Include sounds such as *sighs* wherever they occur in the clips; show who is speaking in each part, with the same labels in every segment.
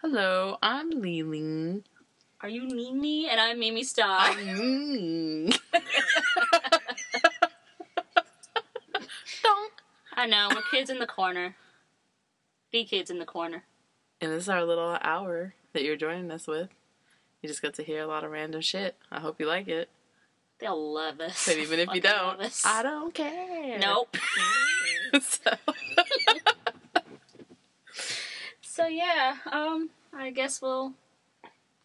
Speaker 1: Hello, I'm Leeling.
Speaker 2: Are you Mimi? And *laughs* I'm
Speaker 1: *laughs*
Speaker 2: Mimi Star.
Speaker 1: Mm.
Speaker 2: I know, we're kids in the corner. Be kids in the corner.
Speaker 1: and this is our little hour that you're joining us with. You just got to hear a lot of random shit. I hope you like it.
Speaker 2: They'll love us. *laughs*
Speaker 1: And even if you
Speaker 2: Fucking
Speaker 1: don't,
Speaker 2: love us.
Speaker 1: I don't care.
Speaker 2: Nope.
Speaker 1: *laughs* so,
Speaker 2: so yeah, um, I guess we'll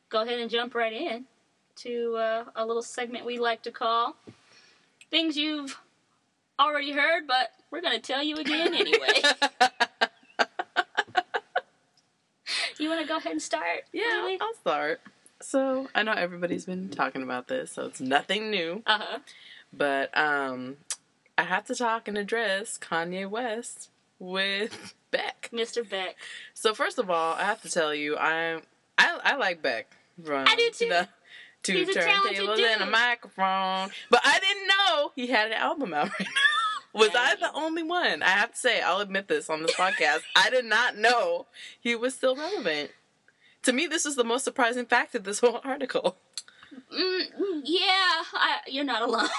Speaker 2: go ahead and jump right in to uh, a little segment we like to call things you've already heard, but we're gonna tell you
Speaker 1: *laughs*
Speaker 2: again anyway. you want to go ahead and start?
Speaker 1: yeah, I'll start. So, I know everybody's been talking about this, so it's nothing new.
Speaker 2: Uh huh.
Speaker 1: But um I have to talk and address Kanye West with *laughs* Beck.
Speaker 2: Mr. Beck.
Speaker 1: So first of all, I have to tell you, I'm I I like Beck from
Speaker 2: I do too.
Speaker 1: the two
Speaker 2: He's a talented
Speaker 1: turntables
Speaker 2: dude.
Speaker 1: and a microphone. But I didn't know he had an album out. Right now. *laughs* Was I
Speaker 2: Right.
Speaker 1: the only one? I have to say, I'll admit this on this
Speaker 2: *laughs*
Speaker 1: podcast. I did not know he was still relevant. To me, this is the most surprising fact of this whole article. *laughs*
Speaker 2: Mm, mm, yeah, I, you're
Speaker 1: *laughs*
Speaker 2: not alone.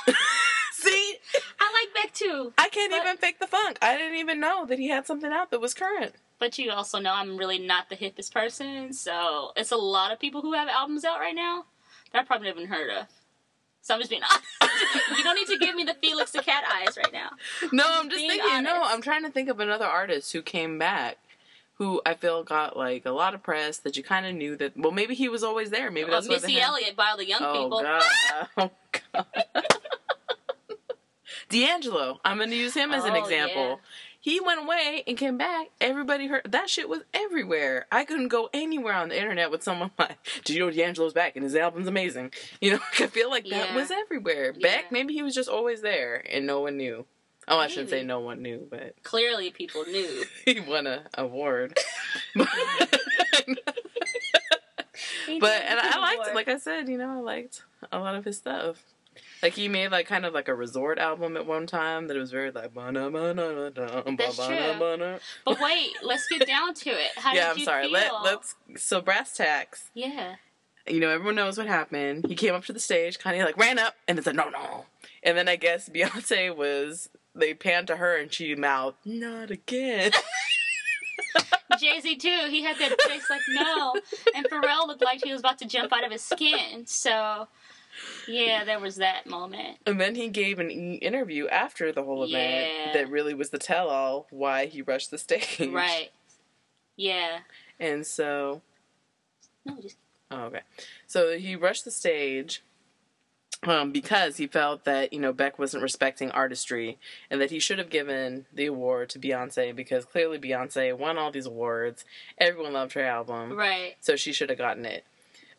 Speaker 1: See,
Speaker 2: I like Beck too,
Speaker 1: I can't
Speaker 2: But-
Speaker 1: even fake the funk. I didn't even know that he had something out that was current.
Speaker 2: but you also know I'm really not the hippest person, so it's a lot of people who have albums out right now that I probably haven't heard of. So I'm just being *laughs* honest. you
Speaker 1: *laughs*
Speaker 2: don't need to give me the Felix the Cat eyes right now.
Speaker 1: No, I'm just
Speaker 2: being
Speaker 1: thinking. No,
Speaker 2: honest.
Speaker 1: I'm trying to think of another artist who came back, who I feel got like a lot of press that you kind of knew that. Well, maybe he was always there. Maybe
Speaker 2: Well,
Speaker 1: that's what
Speaker 2: Missy
Speaker 1: him.
Speaker 2: Elliott by all the young
Speaker 1: Oh
Speaker 2: people.
Speaker 1: god.
Speaker 2: *laughs*
Speaker 1: Oh god. D'Angelo. I'm gonna use him as an
Speaker 2: Oh,
Speaker 1: example. He went away and came back. Everybody heard that shit was everywhere. I couldn't go anywhere on the internet with someone *laughs* like, "Do you know D'Angelo's back and his album's amazing?" *laughs* You know, I feel like that
Speaker 2: Yeah.
Speaker 1: was everywhere.
Speaker 2: Yeah.
Speaker 1: Beck, maybe he was just always there and no one knew. Oh, I shouldn't say
Speaker 2: Maybe.
Speaker 1: no one knew, but *laughs*
Speaker 2: Clearly, people knew.
Speaker 1: he won a award. *laughs* but
Speaker 2: *laughs* But
Speaker 1: and I liked, like I said, you know, I liked a lot of his stuff. Like he made like kind of like a resort album at one time that was very like bana bana bana
Speaker 2: That's
Speaker 1: bana
Speaker 2: true.
Speaker 1: bana.
Speaker 2: But wait, let's get down to it. How
Speaker 1: Yeah,
Speaker 2: did
Speaker 1: I'm
Speaker 2: you
Speaker 1: sorry.
Speaker 2: feel?
Speaker 1: Let let's so brass tacks.
Speaker 2: Yeah.
Speaker 1: You know, everyone knows what happened. He came up to the stage, kind of like ran up, and then said no no. And then I guess *laughs* Beyonce was they panned to her and she mouthed not
Speaker 2: *laughs*
Speaker 1: again.
Speaker 2: Jay Z too. He had that face like no, and Pharrell looked like he was about to jump out of his skin. So, yeah, there was that moment.
Speaker 1: And then he gave an e- interview after the whole event
Speaker 2: Yeah.
Speaker 1: that really was the tell all why he rushed the stage.
Speaker 2: Right. Yeah.
Speaker 1: And so,
Speaker 2: No, just
Speaker 1: oh, okay. So he rushed the stage um, because he felt that, you know, Beck wasn't respecting artistry and that he should have given the award to Beyonce because clearly Beyonce won all these awards. Everyone loved her album.
Speaker 2: right.
Speaker 1: So she should have gotten it.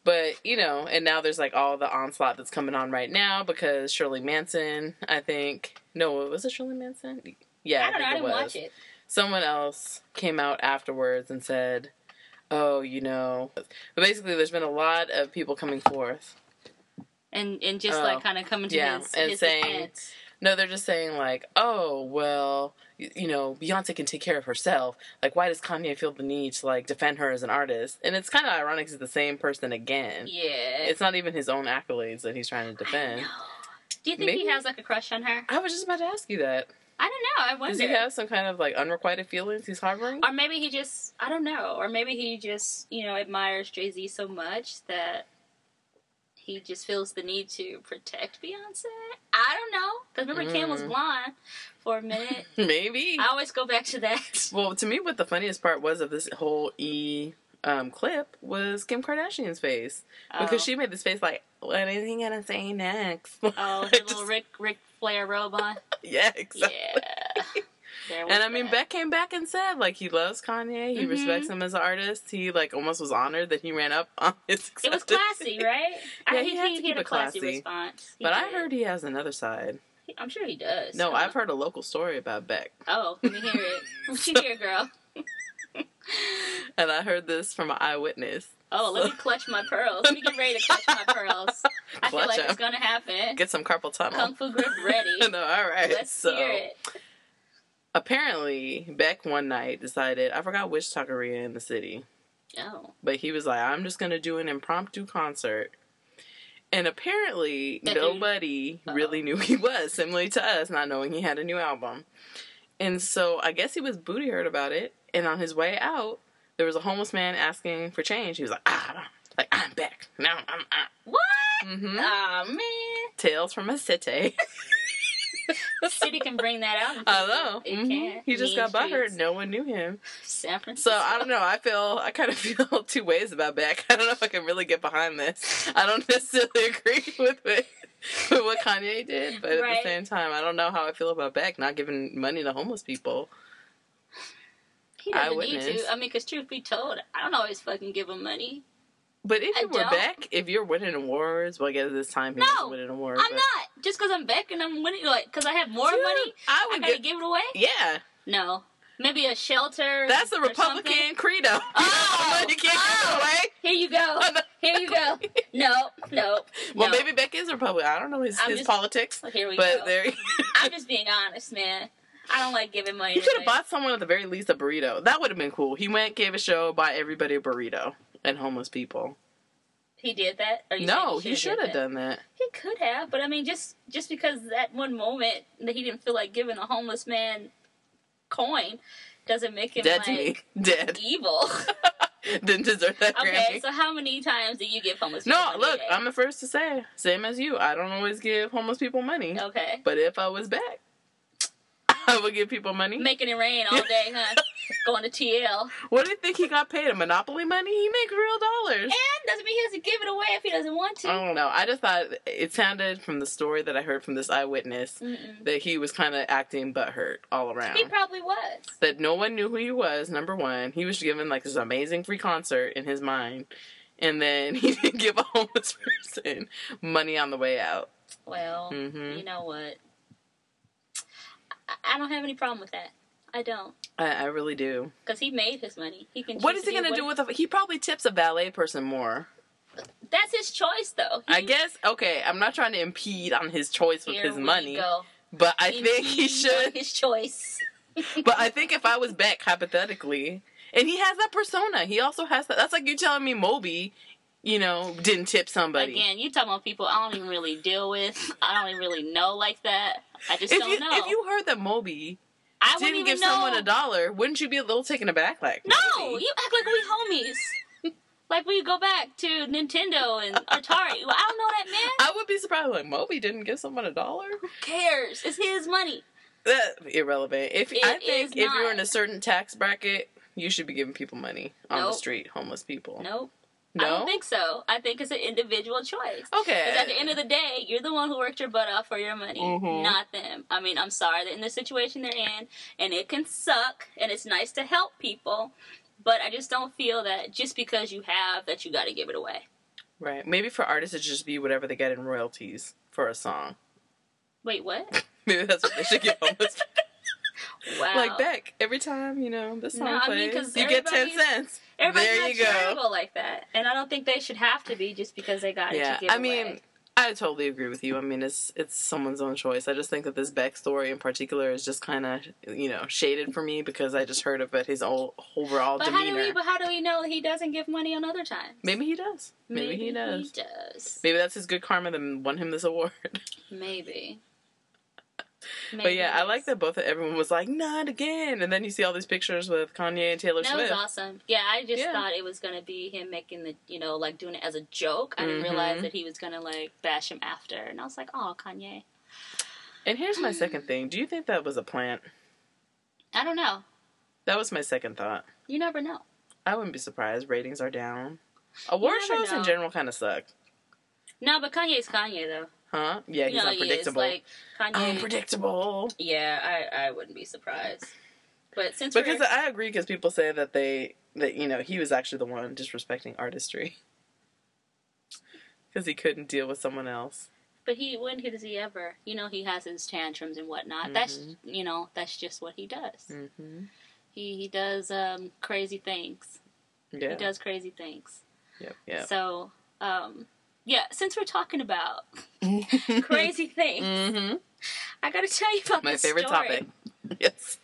Speaker 1: But, you know, and now there's like all the onslaught that's coming on right now because Shirley Manson, I think. No, was it Shirley Manson? Yeah,
Speaker 2: I don't know.
Speaker 1: think
Speaker 2: I
Speaker 1: it
Speaker 2: didn't
Speaker 1: was.
Speaker 2: watch it.
Speaker 1: Someone else came out afterwards and said, oh, you know. But basically, there's been a lot of people coming forth.
Speaker 2: And and just
Speaker 1: Oh.
Speaker 2: like kind of coming to
Speaker 1: Yeah,
Speaker 2: his,
Speaker 1: and
Speaker 2: his
Speaker 1: saying-
Speaker 2: defense.
Speaker 1: No, they're just saying, like, oh, well, y- you know, Beyonce can take care of herself. Like, why does Kanye feel the need to, like, defend her as an artist? And it's kind of ironic it's the same person again.
Speaker 2: Yeah.
Speaker 1: It's not even his own accolades that he's trying to defend.
Speaker 2: No. Do you think
Speaker 1: Maybe-
Speaker 2: he has like a crush on her?
Speaker 1: I was just about to ask you that.
Speaker 2: I don't know. I
Speaker 1: Does
Speaker 2: wonder.
Speaker 1: he have some kind of like unrequited feelings he's harboring?
Speaker 2: or maybe he just I don't know. Or maybe he just you know admires Jay Z so much that he just feels the need to protect Beyonce. I don't know. Because remember, Kim was
Speaker 1: Mm.
Speaker 2: blonde for a minute.
Speaker 1: *laughs* *laughs* Maybe.
Speaker 2: I always go back to that.
Speaker 1: Well, to me, what the funniest part was of this whole E um, clip was Kim Kardashian's face because she made this face like, "What is he gonna say next?" *laughs*
Speaker 2: oh,
Speaker 1: I
Speaker 2: the little
Speaker 1: just-
Speaker 2: Rick Rick Flair robot.
Speaker 1: yeah, exactly. *laughs*
Speaker 2: Yeah. There was
Speaker 1: And I mean,
Speaker 2: that.
Speaker 1: Beck came back and said, like, he loves Kanye. He
Speaker 2: Mhm.
Speaker 1: respects him as an artist. He, like, almost was honored that he ran up *laughs* on his
Speaker 2: It was
Speaker 1: acceptance.
Speaker 2: classy, right?
Speaker 1: Yeah,
Speaker 2: I
Speaker 1: he
Speaker 2: think
Speaker 1: had
Speaker 2: he
Speaker 1: to keep
Speaker 2: get a
Speaker 1: it
Speaker 2: classy,
Speaker 1: classy.
Speaker 2: response.
Speaker 1: *laughs*
Speaker 2: He
Speaker 1: But I
Speaker 2: did.
Speaker 1: heard he has another side.
Speaker 2: I'm sure he does.
Speaker 1: No,
Speaker 2: I
Speaker 1: I've heard a local story about Beck.
Speaker 2: Oh, let me hear
Speaker 1: *laughs*
Speaker 2: it. What you hear, girl?
Speaker 1: And I heard this from an eyewitness.
Speaker 2: Oh, let me clutch my pearls. Let me get ready to
Speaker 1: *laughs*
Speaker 2: clutch my pearls. I feel
Speaker 1: Clutch
Speaker 2: like
Speaker 1: 'em.
Speaker 2: it's gonna happen.
Speaker 1: Get some carpal tunnel.
Speaker 2: Kung Fu grip
Speaker 1: *laughs*
Speaker 2: ready.
Speaker 1: no, all right.
Speaker 2: Let's
Speaker 1: so
Speaker 2: hear it.
Speaker 1: apparently, Beck one night decided I forgot which taqueria in the city
Speaker 2: Oh.
Speaker 1: But he was like, I'm just going to do an impromptu concert. And apparently,
Speaker 2: That he-
Speaker 1: nobody
Speaker 2: Uh-oh.
Speaker 1: really knew he was, similarly to us, not knowing he had a new album. And so I guess he was booty hurt about it. And on his way out, there was a homeless man asking for change. He was like, ah, like I'm back. Now I'm out.
Speaker 2: What?
Speaker 1: Mm-hmm.
Speaker 2: Aw, man.
Speaker 1: Tales from a City.
Speaker 2: *laughs* The city can bring that
Speaker 1: *laughs*
Speaker 2: out. in
Speaker 1: Hello.
Speaker 2: people. It
Speaker 1: Mhm.
Speaker 2: can.
Speaker 1: He just
Speaker 2: Mean
Speaker 1: got butthurt.
Speaker 2: streets.
Speaker 1: No one knew him.
Speaker 2: San Francisco.
Speaker 1: So I don't know. I feel I kind of *laughs* feel two ways about Beck. I don't know if I can really get behind this. I don't *laughs* necessarily agree with it, with what Kanye did, but at
Speaker 2: Right.
Speaker 1: the same time, I don't know how I feel about Beck not giving money to homeless people.
Speaker 2: He doesn't need
Speaker 1: Eyewitness.
Speaker 2: to. I mean, because truth be told, I don't always fucking give him money.
Speaker 1: But if
Speaker 2: I
Speaker 1: you were
Speaker 2: don't.
Speaker 1: Beck, if you're winning awards, well, I guess this time he was
Speaker 2: No,
Speaker 1: winning awards.
Speaker 2: I'm not. Just because I'm back and I'm winning, like, because I have more
Speaker 1: Dude,
Speaker 2: money,
Speaker 1: I
Speaker 2: I
Speaker 1: would
Speaker 2: gotta
Speaker 1: get.
Speaker 2: give it away?
Speaker 1: Yeah,
Speaker 2: No. Maybe a shelter.
Speaker 1: that's the
Speaker 2: or something.
Speaker 1: Republican credo. *laughs*
Speaker 2: Oh,
Speaker 1: you can't
Speaker 2: oh. Here you go.
Speaker 1: give it away.
Speaker 2: Here you go. No, no.
Speaker 1: *laughs* Well,
Speaker 2: no.
Speaker 1: maybe Beck is Republican. I don't know his,
Speaker 2: I'm
Speaker 1: his
Speaker 2: just-
Speaker 1: politics,
Speaker 2: Well, here we
Speaker 1: but
Speaker 2: go.
Speaker 1: there.
Speaker 2: *laughs*
Speaker 1: *laughs*
Speaker 2: I'm just being honest, man. I don't like giving money.
Speaker 1: You
Speaker 2: to
Speaker 1: should have
Speaker 2: like-
Speaker 1: bought someone at the very least a burrito. That would have been cool. He went, gave a show, bought everybody a burrito and homeless people.
Speaker 2: He did that. Or you
Speaker 1: No,
Speaker 2: think
Speaker 1: he should have
Speaker 2: did that?
Speaker 1: done that.
Speaker 2: He could have, but I mean, just just because that one moment that he didn't feel like giving a homeless man coin doesn't make him
Speaker 1: Dead
Speaker 2: like
Speaker 1: to me. *laughs* Dead.
Speaker 2: evil.
Speaker 1: Didn't deserve that
Speaker 2: okay,
Speaker 1: Grammy.
Speaker 2: so how many times do you give homeless?
Speaker 1: no,
Speaker 2: people money a
Speaker 1: look,
Speaker 2: day?
Speaker 1: I'm the first to say, same as you, I don't always give homeless people money.
Speaker 2: okay.
Speaker 1: But if I was back, *laughs* I would give people money.
Speaker 2: Making it rain all day, huh?
Speaker 1: *laughs*
Speaker 2: Going to TL.
Speaker 1: What do you think he got paid? A Monopoly money? He makes real dollars.
Speaker 2: And doesn't mean he has to give it away if he doesn't want to.
Speaker 1: I don't know. I just thought it sounded from the story that I heard from this eyewitness
Speaker 2: Mm-mm.
Speaker 1: that he was kind of acting butthurt all around.
Speaker 2: He probably was.
Speaker 1: that no one knew who he was. Number one, he was given like this amazing free concert in his mind, and then *laughs* he didn't give a homeless person money on the way out.
Speaker 2: Well,
Speaker 1: hmm
Speaker 2: you know what? I, I don't have any problem with that. I don't.
Speaker 1: I, I really do.
Speaker 2: Because he made his money. He can
Speaker 1: What
Speaker 2: choose
Speaker 1: is he
Speaker 2: to
Speaker 1: gonna do with a? He probably tips a ballet person more.
Speaker 2: what- That's his choice, though.
Speaker 1: I
Speaker 2: He-
Speaker 1: guess. Okay, I'm not trying to impede on his choice with
Speaker 2: Here
Speaker 1: his
Speaker 2: we
Speaker 1: money,
Speaker 2: go.
Speaker 1: but I think he
Speaker 2: Impede on
Speaker 1: should.
Speaker 2: His choice.
Speaker 1: But I think if I was Beck, hypothetically, and he has that persona, he also has that. That's like you telling me Moby, you know, didn't tip somebody.
Speaker 2: Again, you talking about people I don't even really deal with. I don't even really know like that. I just
Speaker 1: if
Speaker 2: don't
Speaker 1: you
Speaker 2: know.
Speaker 1: if you heard that Moby
Speaker 2: I wouldn't
Speaker 1: didn't
Speaker 2: even
Speaker 1: give
Speaker 2: know.
Speaker 1: someone a dollar, wouldn't you be a little taken aback? Like,
Speaker 2: No,
Speaker 1: really?
Speaker 2: you act like we homies. *laughs* like we go back to Nintendo and Atari. Well, I don't know that man.
Speaker 1: I would be surprised. Like, Moby didn't give someone a dollar.
Speaker 2: Who cares? It's his money.
Speaker 1: That irrelevant. If
Speaker 2: It
Speaker 1: I think
Speaker 2: is
Speaker 1: if you're
Speaker 2: not.
Speaker 1: in a certain tax bracket, you should be giving people money on the
Speaker 2: Nope.
Speaker 1: street, homeless people.
Speaker 2: Nope.
Speaker 1: No,
Speaker 2: I don't think so. I think it's an individual choice.
Speaker 1: okay.
Speaker 2: Because at the end of the day, you're the one who worked your butt off for your money,
Speaker 1: Mhm.
Speaker 2: not them. I mean, I'm sorry that in the situation they're in, and it can suck, and it's nice to help people, but I just don't feel that just because you have that you got to give it away.
Speaker 1: right? Maybe for artists, it should just be whatever they get in royalties for a song. *laughs*
Speaker 2: Wait, what? *laughs*
Speaker 1: Maybe that's what they should give homeless.
Speaker 2: Wow.
Speaker 1: Like Beck, every time you know this
Speaker 2: No,
Speaker 1: song
Speaker 2: I mean,
Speaker 1: plays,
Speaker 2: 'cause
Speaker 1: you get ten
Speaker 2: everybody's-
Speaker 1: cents.
Speaker 2: Everybody's
Speaker 1: there
Speaker 2: not
Speaker 1: you go.
Speaker 2: charitable like that, and I don't think they should have to be just because they got
Speaker 1: yeah
Speaker 2: it. To give
Speaker 1: i mean
Speaker 2: away.
Speaker 1: i totally agree with you i mean it's it's someone's own choice i just think that this beck story in particular is just kind of you know shaded for me because i just heard about his whole overall
Speaker 2: but how do
Speaker 1: demeanor
Speaker 2: we? But how do we know he doesn't give money on other times?
Speaker 1: maybe he does maybe, he does
Speaker 2: He does.
Speaker 1: maybe that's his good karma that won him this award *laughs*
Speaker 2: Maybe.
Speaker 1: but yeah i
Speaker 2: Maybe.
Speaker 1: like that both everyone was like not again and then you see all these pictures with kanye and taylor
Speaker 2: That
Speaker 1: swift
Speaker 2: was awesome. Yeah, I just
Speaker 1: Yeah.
Speaker 2: thought it was gonna be him making the, you know, like doing it as a joke. I didn't
Speaker 1: Mhm.
Speaker 2: realize that he was gonna like bash him after, and I was like, oh, Kanye.
Speaker 1: and here's
Speaker 2: *gasps*
Speaker 1: my second thing do you think that was a plant
Speaker 2: I don't know.
Speaker 1: that was my second thought
Speaker 2: You never know.
Speaker 1: i wouldn't be surprised ratings are down award
Speaker 2: never
Speaker 1: shows in
Speaker 2: know.
Speaker 1: general kind of suck
Speaker 2: No, but Kanye's Kanye though.
Speaker 1: huh yeah he's
Speaker 2: you know, he is
Speaker 1: unpredictable
Speaker 2: like Kanye.
Speaker 1: unpredictable.
Speaker 2: yeah, I I wouldn't be surprised. But since
Speaker 1: Because
Speaker 2: we're,
Speaker 1: I agree, because people say that they that you know he was actually the one disrespecting artistry *laughs* because he couldn't deal with someone else.
Speaker 2: but he when does he ever? You know, he has his tantrums and whatnot. That's
Speaker 1: Mhm.
Speaker 2: you know that's just what he does.
Speaker 1: Mm-hmm.
Speaker 2: He he does um crazy things.
Speaker 1: Yeah.
Speaker 2: He does crazy things.
Speaker 1: Yep.
Speaker 2: *laughs*
Speaker 1: Yep.
Speaker 2: So um yeah, since we're talking
Speaker 1: *laughs*
Speaker 2: about
Speaker 1: Crazy.
Speaker 2: crazy thing.
Speaker 1: hmm
Speaker 2: I gotta tell you about
Speaker 1: My
Speaker 2: this
Speaker 1: *laughs* favorite
Speaker 2: story.
Speaker 1: topic. Yes.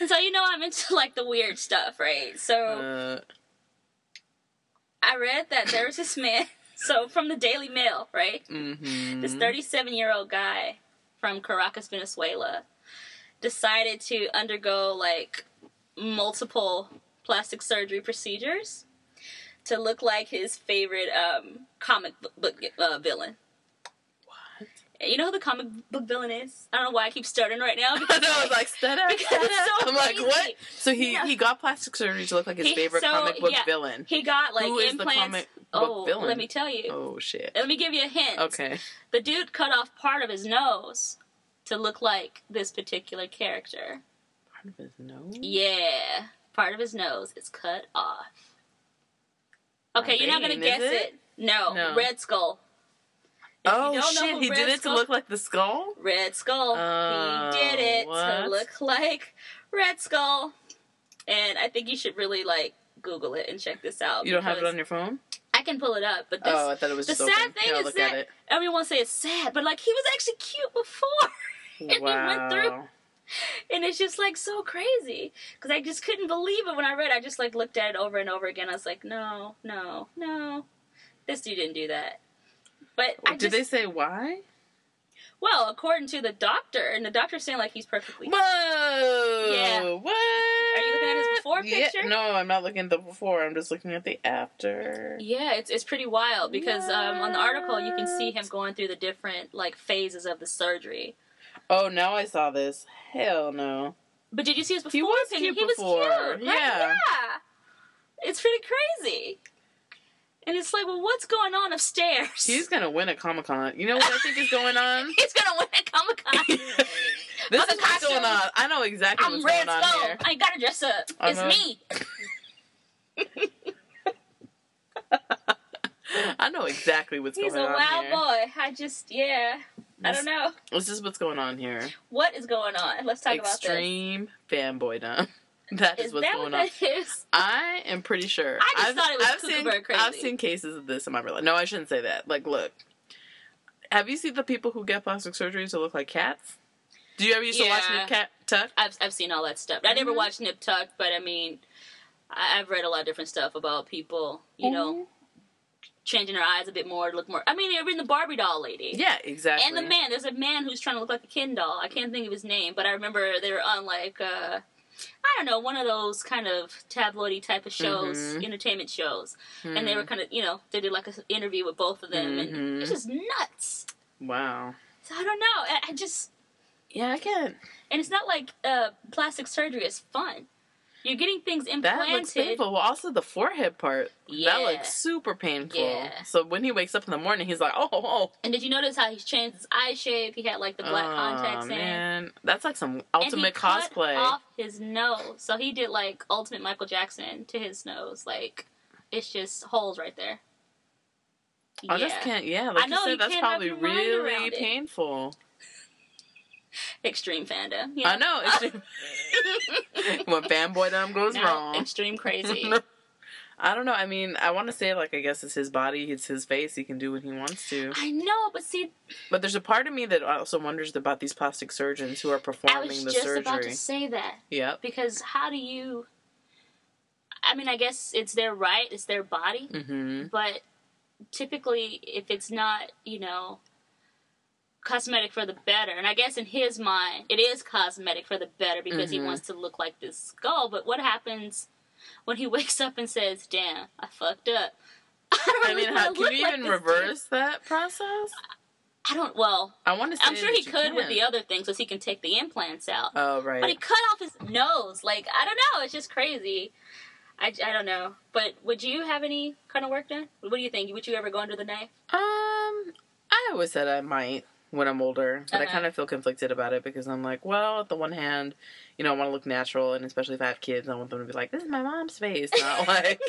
Speaker 2: And so you know I'm into like the weird stuff, right? So
Speaker 1: Uh,
Speaker 2: I read that there was this man. *laughs* So from the Daily Mail, right?
Speaker 1: mhm.
Speaker 2: This 37 year old guy from Caracas, Venezuela, decided to undergo like multiple plastic surgery procedures to look like his favorite um, comic book, book uh, villain.
Speaker 1: What?
Speaker 2: And You know who the comic book villain is? I don't know why I keep starting right
Speaker 1: *laughs* *laughs*
Speaker 2: now.
Speaker 1: I know, I was like, "Stut up,
Speaker 2: Because
Speaker 1: stut
Speaker 2: it's
Speaker 1: up."
Speaker 2: so
Speaker 1: I'm like, what?
Speaker 2: crazy.
Speaker 1: So he,
Speaker 2: Yeah.
Speaker 1: he got plastic surgery to look like his
Speaker 2: He-
Speaker 1: favorite
Speaker 2: so,
Speaker 1: comic book
Speaker 2: yeah.
Speaker 1: villain.
Speaker 2: he got like
Speaker 1: Who is the
Speaker 2: implants.
Speaker 1: comic book
Speaker 2: oh,
Speaker 1: villain?
Speaker 2: let me tell you.
Speaker 1: Oh shit.
Speaker 2: Let me give you a hint.
Speaker 1: Okay.
Speaker 2: The dude cut off part of his nose to look like this particular character.
Speaker 1: Part of his nose.
Speaker 2: Yeah, part of his nose is cut off. Okay, you're not gonna
Speaker 1: vein, Oh, is
Speaker 2: guess
Speaker 1: it?
Speaker 2: it. No,
Speaker 1: No.
Speaker 2: Red Skull. If you
Speaker 1: Oh
Speaker 2: don't know
Speaker 1: shit!
Speaker 2: who
Speaker 1: He
Speaker 2: Red
Speaker 1: did it to
Speaker 2: Skull-
Speaker 1: look like the skull.
Speaker 2: Red Skull.
Speaker 1: Oh,
Speaker 2: he did it to
Speaker 1: what?
Speaker 2: look like Red Skull. And I think you should really like Google it and check this out.
Speaker 1: You don't have it
Speaker 2: Oh, because
Speaker 1: on your phone?
Speaker 2: I can pull it up, but this
Speaker 1: oh, I thought it was
Speaker 2: the
Speaker 1: just
Speaker 2: sad
Speaker 1: open.
Speaker 2: thing
Speaker 1: Here, I'll
Speaker 2: is
Speaker 1: look
Speaker 2: that-
Speaker 1: at
Speaker 2: I don't even want to say it's sad, but like he was actually cute before.
Speaker 1: it.
Speaker 2: it went through.
Speaker 1: Wow.
Speaker 2: and it's just like so crazy because I just couldn't believe it when I read. it. I just like looked at it over and over again. I was like, no, no, no, this dude didn't do that. But I
Speaker 1: Did
Speaker 2: just,
Speaker 1: they say why?
Speaker 2: well, according to the doctor, and the doctor's saying like he's perfectly.
Speaker 1: Whoa!
Speaker 2: Yeah.
Speaker 1: What?
Speaker 2: you looking at his before
Speaker 1: Yeah,
Speaker 2: picture?
Speaker 1: No, I'm not looking at the before. I'm just looking at the after.
Speaker 2: Yeah, it's it's pretty wild because um, on the article you can see him going through the different like phases of the surgery.
Speaker 1: Oh, now I saw this. Hell no.
Speaker 2: But did you see his before?
Speaker 1: He was
Speaker 2: picture?
Speaker 1: cute
Speaker 2: He was
Speaker 1: before.
Speaker 2: cute, right?
Speaker 1: Yeah.
Speaker 2: It's pretty crazy. And it's like, well, what's going on upstairs?
Speaker 1: He's gonna win a Comic Con. You know what I think is going on?
Speaker 2: *laughs* He's gonna win at Comic
Speaker 1: this *laughs*
Speaker 2: Con.
Speaker 1: is
Speaker 2: Other
Speaker 1: what's going
Speaker 2: costumes.
Speaker 1: on. I know exactly
Speaker 2: I'm
Speaker 1: what's
Speaker 2: Red
Speaker 1: going on
Speaker 2: Skull.
Speaker 1: here.
Speaker 2: I gotta dress up. It's
Speaker 1: Uh-huh.
Speaker 2: me.
Speaker 1: I know exactly what's
Speaker 2: He's a
Speaker 1: going on
Speaker 2: wild
Speaker 1: here.
Speaker 2: boy. I just, yeah. I
Speaker 1: This-
Speaker 2: don't know
Speaker 1: This is what's going on here.
Speaker 2: what is going on. Let's talk
Speaker 1: Extreme fanboydom. *laughs* That
Speaker 2: about this.
Speaker 1: is
Speaker 2: Is
Speaker 1: what's
Speaker 2: that
Speaker 1: going
Speaker 2: what
Speaker 1: on.
Speaker 2: that is?
Speaker 1: I am pretty sure.
Speaker 2: I just thought it was
Speaker 1: seen,
Speaker 2: kookaburra crazy.
Speaker 1: I've seen cases of this in my real life. No, I shouldn't say that. Like, look, have you seen the people who get plastic surgery to look like cats? Do you ever used to watch
Speaker 2: Yeah.
Speaker 1: Nip Cat Tuck?
Speaker 2: I've I've seen all that stuff. I never
Speaker 1: Mhm.
Speaker 2: watched Nip Tuck, but I mean, I, I've read a lot of different stuff about people. You
Speaker 1: Mm-hmm.
Speaker 2: know, changing their eyes a bit more to look more. I mean, even the Barbie doll lady.
Speaker 1: yeah, exactly.
Speaker 2: And the man, there's a man who's trying to look like a Ken doll. I can't think of his name, but I remember they were on like uh I don't know, one of those kind of tabloidy type of shows,
Speaker 1: Mhm.
Speaker 2: entertainment shows.
Speaker 1: Mhm.
Speaker 2: And they were kind of, you know, they did like an interview with both of them, and
Speaker 1: Mhm.
Speaker 2: it's just nuts.
Speaker 1: Hmm. wow.
Speaker 2: So I don't know. I, I just
Speaker 1: Yeah, I can't.
Speaker 2: and it's not like uh plastic surgery is fun. You're getting things
Speaker 1: That
Speaker 2: implanted.
Speaker 1: looks painful. Well, also the forehead part.
Speaker 2: Yeah.
Speaker 1: That looks super painful.
Speaker 2: Yeah.
Speaker 1: So when he wakes up in the morning, he's like, "Oh, oh,
Speaker 2: And did you notice how he's changed his eye shape? He had like the black
Speaker 1: oh,
Speaker 2: contacts in.
Speaker 1: man, that's like some
Speaker 2: And he
Speaker 1: ultimate cosplay."
Speaker 2: Cut off his nose, so he did like ultimate Michael Jackson to his nose. Like it's just holes right there.
Speaker 1: I just can't. Yeah, like
Speaker 2: I know,
Speaker 1: you said,
Speaker 2: you
Speaker 1: that's
Speaker 2: can't wrap
Speaker 1: probably
Speaker 2: your mind
Speaker 1: really
Speaker 2: around it.
Speaker 1: painful.
Speaker 2: extreme fandom. Yeah.
Speaker 1: I know.
Speaker 2: *laughs*
Speaker 1: It's *laughs* when fanboydom goes
Speaker 2: No,
Speaker 1: wrong.
Speaker 2: Extreme
Speaker 1: *laughs*
Speaker 2: crazy.
Speaker 1: I don't know. I mean, I want to say like I guess it's his body, it's his face. He can do what he wants to.
Speaker 2: I know, but see,
Speaker 1: But there's a part of me that also wonders about these plastic surgeons who are
Speaker 2: I
Speaker 1: performing
Speaker 2: was
Speaker 1: the
Speaker 2: just
Speaker 1: surgery.
Speaker 2: about to say that
Speaker 1: Yep.
Speaker 2: because how do you? I mean, I guess it's their right, it's their body,
Speaker 1: Mm-hmm.
Speaker 2: but typically, if it's not, you know, cosmetic for the better, and I guess in his mind, it is cosmetic for the better because he
Speaker 1: Mhm.
Speaker 2: wants to look like this skull. But what happens when he *laughs* wakes up and says, "Damn, I fucked up." *laughs* I, don't
Speaker 1: I mean,
Speaker 2: really
Speaker 1: how
Speaker 2: wanna look
Speaker 1: can you
Speaker 2: like
Speaker 1: even
Speaker 2: this
Speaker 1: reverse that process?
Speaker 2: dude." I don't. Well,
Speaker 1: I want to.
Speaker 2: I'm sure he could with the other things, because he can take the implants out.
Speaker 1: Oh right.
Speaker 2: But he cut off his nose. Like I don't know. It's just crazy. I, I don't know. But would you have any kind of work done? What do you think? Would you ever go under the knife?
Speaker 1: Um, I always said I might when I'm older, but I
Speaker 2: Uh-huh.
Speaker 1: kind of feel conflicted about it because I'm like, well, at the one hand, you know, I want to look natural, and especially if I have kids, I want them to be like, this is my mom's face,
Speaker 2: *laughs*
Speaker 1: not like,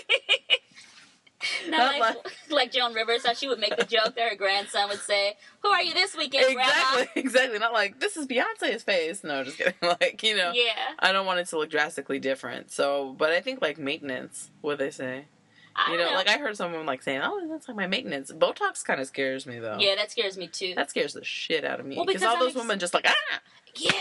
Speaker 2: Not like, *laughs* like Joan Rivers, how she would make the joke that her grandson would say, "Who are you this weekend,
Speaker 1: exactly, *laughs* exactly, not like this is Beyonce's face. No, just kidding. *laughs* Like, you know,
Speaker 2: Grandma?" *laughs* Yeah,
Speaker 1: I don't want it to look drastically different. So, but I think like maintenance, what they say,
Speaker 2: I
Speaker 1: you
Speaker 2: don't
Speaker 1: know, like I heard someone like saying, oh, that's like my maintenance. Botox kind of scares me though.
Speaker 2: yeah, that scares me too.
Speaker 1: That scares the shit out of me
Speaker 2: Well,
Speaker 1: because
Speaker 2: because
Speaker 1: all
Speaker 2: I'm
Speaker 1: those
Speaker 2: ex-
Speaker 1: women just like ah,
Speaker 2: yeah,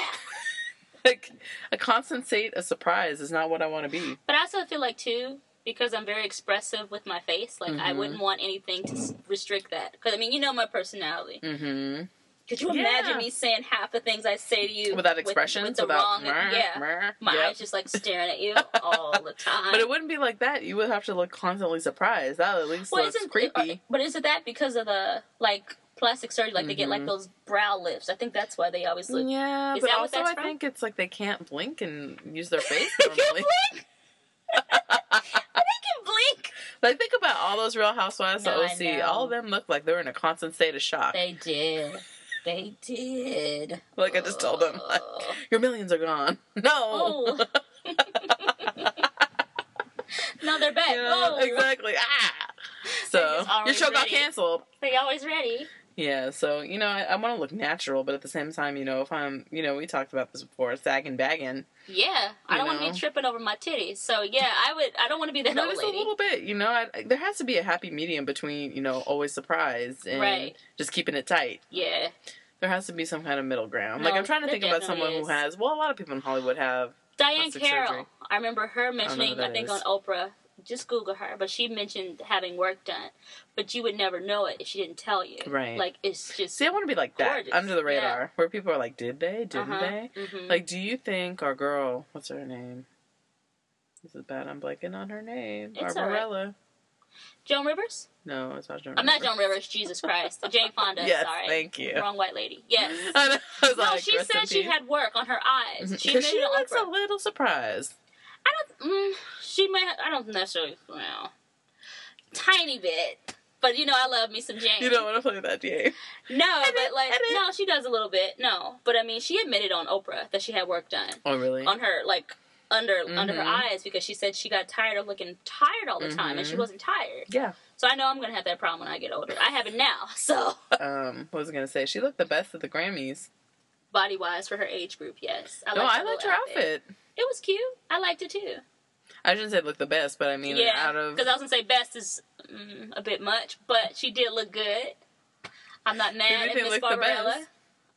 Speaker 1: *laughs* like a constant state of surprise is not what I want to be.
Speaker 2: But I also feel like too because I'm very expressive with my face. Like I
Speaker 1: Mhm.
Speaker 2: wouldn't want anything to s- restrict that. Because I mean, you know my personality.
Speaker 1: Mm-hmm.
Speaker 2: Could you
Speaker 1: Yeah.
Speaker 2: imagine me saying half the things I say to you
Speaker 1: Without
Speaker 2: with-
Speaker 1: expressions,
Speaker 2: with the
Speaker 1: without
Speaker 2: wrong, yeah, my
Speaker 1: yeah.
Speaker 2: eyes just like staring
Speaker 1: *laughs*
Speaker 2: at you all the time.
Speaker 1: But it wouldn't be like that. You would have to look constantly surprised. That at least
Speaker 2: Well,
Speaker 1: looks
Speaker 2: isn't- uh,
Speaker 1: creepy.
Speaker 2: But isn't that because of the like plastic surgery? Like they get like
Speaker 1: Mhm.
Speaker 2: those brow lifts. I think that's why they always *laughs* look.
Speaker 1: yeah,
Speaker 2: is
Speaker 1: but
Speaker 2: that what
Speaker 1: also
Speaker 2: that's
Speaker 1: I
Speaker 2: from?
Speaker 1: think it's like they can't blink and use their face
Speaker 2: *laughs* They can't
Speaker 1: normally. *laughs*
Speaker 2: blink. They can blink.
Speaker 1: like think about all those Real Housewives
Speaker 2: No, I
Speaker 1: of OC.
Speaker 2: know.
Speaker 1: All of them look like they're in a constant state of shock.
Speaker 2: They did. They did.
Speaker 1: like I just told them, like,
Speaker 2: Oh. *laughs*
Speaker 1: your millions are gone. *laughs* No.
Speaker 2: Oh. no, they're back.
Speaker 1: *laughs* *laughs* Yeah,
Speaker 2: oh,
Speaker 1: exactly. Ah. So
Speaker 2: It's already
Speaker 1: your show got
Speaker 2: ready.
Speaker 1: canceled.
Speaker 2: they always ready.
Speaker 1: Yeah, so you know, I, I want to look natural, but at the same time, you know, if I'm, you know, we talked about this before, sagging,
Speaker 2: *laughs*
Speaker 1: bagging,
Speaker 2: Yeah, I
Speaker 1: You
Speaker 2: don't want to
Speaker 1: know.
Speaker 2: be tripping over my titties. So yeah, I would. I don't want to be that
Speaker 1: No,
Speaker 2: old
Speaker 1: just a
Speaker 2: lady.
Speaker 1: little bit, you know. I, there has to be a happy medium between, you know, always surprised and
Speaker 2: Right.
Speaker 1: just keeping it tight.
Speaker 2: Yeah,
Speaker 1: There has to be some kind of middle ground.
Speaker 2: No,
Speaker 1: like I'm trying to
Speaker 2: there
Speaker 1: think about
Speaker 2: definitely
Speaker 1: someone who
Speaker 2: is.
Speaker 1: has. Well, a lot of people in Hollywood have.
Speaker 2: Diane
Speaker 1: Plastic
Speaker 2: Carroll.
Speaker 1: surgery.
Speaker 2: I remember her
Speaker 1: who
Speaker 2: mentioning. I,
Speaker 1: that
Speaker 2: think
Speaker 1: is.
Speaker 2: on Oprah. Just Google her, but she mentioned having work done, but you would never know it if she didn't tell you.
Speaker 1: Right.
Speaker 2: Like it's just.
Speaker 1: See, I want to be like that
Speaker 2: Gorgeous.
Speaker 1: under the
Speaker 2: Yeah.
Speaker 1: radar, where people are like, "Did they? Didn't
Speaker 2: Uh-huh.
Speaker 1: they?"
Speaker 2: Mhm.
Speaker 1: Like, do you think our girl? What's her name? This is bad. I'm blanking on her name.
Speaker 2: It's all right.
Speaker 1: Barbarella.
Speaker 2: Joan Rivers?
Speaker 1: No, it's not Joan.
Speaker 2: I'm not
Speaker 1: Rivers.
Speaker 2: Joan Rivers. Jesus Christ.
Speaker 1: *laughs*
Speaker 2: Jane Fonda.
Speaker 1: Yes,
Speaker 2: sorry.
Speaker 1: thank you.
Speaker 2: Wrong white lady. Yes.
Speaker 1: *laughs* I know, I was
Speaker 2: No,
Speaker 1: like,
Speaker 2: she
Speaker 1: rest in
Speaker 2: said she
Speaker 1: peace.
Speaker 2: had work on her eyes.
Speaker 1: Mhm.
Speaker 2: She
Speaker 1: 'Cause
Speaker 2: made
Speaker 1: she
Speaker 2: it on
Speaker 1: looks a
Speaker 2: Oprah.
Speaker 1: little surprised.
Speaker 2: I don't. Mm, she might. I don't necessarily. Well, tiny bit. But you know, I love me some Jane.
Speaker 1: You don't want to play that game.
Speaker 2: no,
Speaker 1: Edit,
Speaker 2: but like,
Speaker 1: edit.
Speaker 2: no, she does a little bit. No, but I mean, she admitted on Oprah that she had work done
Speaker 1: Oh, really?
Speaker 2: on her, like under under her
Speaker 1: Mhm.
Speaker 2: eyes, because she said she got tired of looking tired all the time, and she
Speaker 1: Mhm.
Speaker 2: wasn't tired.
Speaker 1: Yeah.
Speaker 2: So I know I'm gonna have that problem when I get older. I have it now, *laughs* so
Speaker 1: Um, what was I gonna say? She looked the best at the Grammys.
Speaker 2: body wise for her age group, yes. I
Speaker 1: no,
Speaker 2: liked
Speaker 1: Oh, I liked her
Speaker 2: little
Speaker 1: outfit.
Speaker 2: It was cute. I liked it too.
Speaker 1: I shouldn't say look the best, but I mean
Speaker 2: yeah,
Speaker 1: out of
Speaker 2: because I was gonna say best is mm, a bit much, but she did look good. I'm not mad at
Speaker 1: think
Speaker 2: Miss
Speaker 1: looked the
Speaker 2: Barbarella.
Speaker 1: best?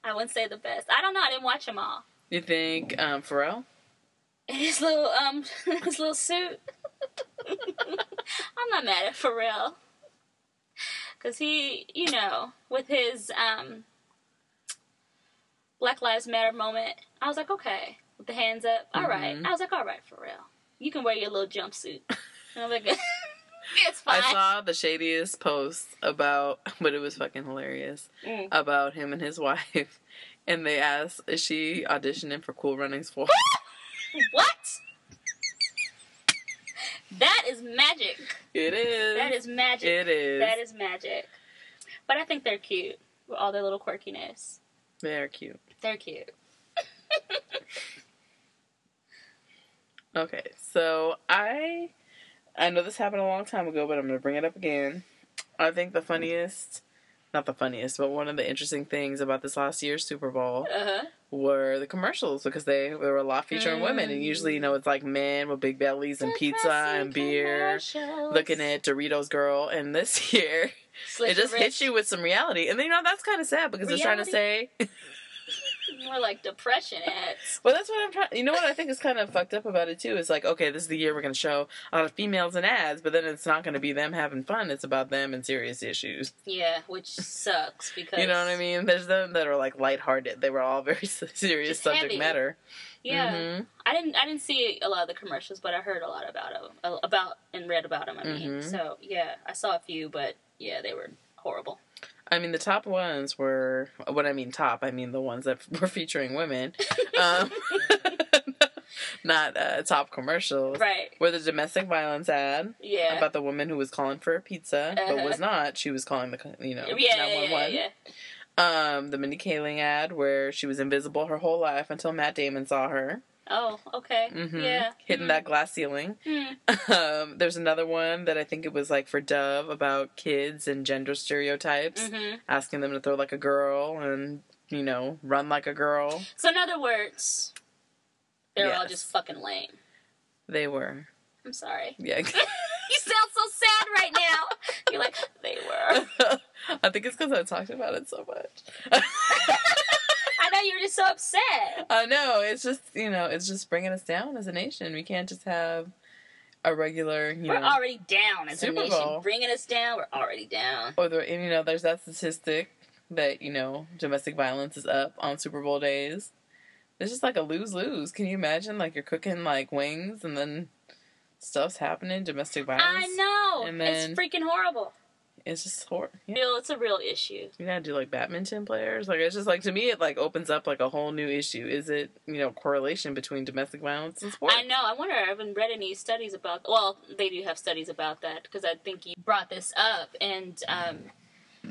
Speaker 2: I wouldn't say the best. I don't know. I didn't watch them all. *laughs*
Speaker 1: you think um Pharrell?
Speaker 2: And his little um, *laughs* his little suit. *laughs* I'm not mad at Pharrell, cause he, you know, with his um, Black Lives Matter moment, I was like, okay, with the hands up, all right.
Speaker 1: Mhm.
Speaker 2: I was like, all right, Pharrell, you can wear your little jumpsuit. And I'm like, *laughs* it's fine.
Speaker 1: *laughs* I saw the shadiest post about *laughs* but it was fucking hilarious.
Speaker 2: Mm.
Speaker 1: About him and his *laughs* wife. And they asked, is she auditioning for Cool Runnings
Speaker 2: *laughs*
Speaker 1: 4?
Speaker 2: What? That is magic.
Speaker 1: it is.
Speaker 2: That is magic.
Speaker 1: It is.
Speaker 2: That is magic. But I think they're cute with all their little quirkiness.
Speaker 1: They're cute.
Speaker 2: They're cute.
Speaker 1: Okay, so I I know this happened a long time ago, but I'm gonna bring it up again. I think the funniest not the funniest, but one of the interesting things about this last year's Super Bowl
Speaker 2: Uh huh.
Speaker 1: were the commercials because they there were a lot featuring women and usually you know it's like men with big bellies and pizza and beer looking at Doritos girl and this *laughs* year it just hits you with some reality and then you know that's kind of sad because they're trying to say
Speaker 2: More like depression ads.
Speaker 1: well that's what I'm trying you know what I think is kind of fucked up about it too is like okay this is the year we're going to show a lot of females in ads but then it's not going to be them having fun it's about them and serious issues
Speaker 2: Yeah, which sucks because
Speaker 1: you know what I mean there's them that are like lighthearted they were all *laughs* very serious
Speaker 2: Just
Speaker 1: subject
Speaker 2: heavy.
Speaker 1: matter
Speaker 2: Yeah,
Speaker 1: Mhm.
Speaker 2: I didn't I didn't see a lot of the commercials, but I heard a lot about them, about and read about them. I mean,
Speaker 1: Mhm.
Speaker 2: so yeah, I saw a few, but yeah, they were horrible. *laughs*
Speaker 1: I mean, the top ones were what I mean top. I mean the ones that *laughs* were featuring
Speaker 2: *laughs*
Speaker 1: women, *laughs* um, not uh, top commercials.
Speaker 2: right?
Speaker 1: Were the domestic violence ad
Speaker 2: Yeah.
Speaker 1: about the woman who was calling for a pizza but
Speaker 2: Uh-huh.
Speaker 1: was not. She was calling the co- you know
Speaker 2: yeah, yeah, yeah,
Speaker 1: 911.
Speaker 2: yeah.
Speaker 1: Um, the Mindy Kaling ad where she was invisible her whole life until Matt Damon saw her.
Speaker 2: Oh, okay.
Speaker 1: hmm
Speaker 2: Yeah.
Speaker 1: hitting
Speaker 2: Hmm.
Speaker 1: that glass ceiling. *laughs*
Speaker 2: Hmm.
Speaker 1: Um, there's another one that I think it was like for Dove about kids and gender stereotypes
Speaker 2: Mhm.
Speaker 1: asking them to throw like a girl and you know run like a girl
Speaker 2: So in other words, they're all
Speaker 1: Yes.
Speaker 2: just fucking lame.
Speaker 1: they were
Speaker 2: I'm sorry. *laughs*
Speaker 1: yeah *laughs*
Speaker 2: You sound so sad right now. *laughs* You're like they were.
Speaker 1: i think it's because i talked about it so much
Speaker 2: I know know you're just so upset.
Speaker 1: I know. Uh, It's just you know, it's just bringing us down as a nation. We can't just have a regular, you
Speaker 2: We're
Speaker 1: know,
Speaker 2: already down as
Speaker 1: Super
Speaker 2: a nation.
Speaker 1: Bowl.
Speaker 2: Bringing us down, we're already down.
Speaker 1: or the, and you know, there's that statistic that you know domestic violence is up on Super Bowl days. It's just like a lose lose. Can you imagine? Like you're cooking like wings and then stuff's happening. Domestic violence.
Speaker 2: I know.
Speaker 1: And then-
Speaker 2: it's freaking horrible.
Speaker 1: It's just horrible. Yeah.
Speaker 2: Real, it's a real issue.
Speaker 1: You gotta do like badminton players. Like it's just like to me, it like opens up like a whole new issue. Is it you know correlation between domestic violence and sports?
Speaker 2: I know. I wonder. I haven't read any studies about. Well, they do have studies about that because I think you brought this up, and um,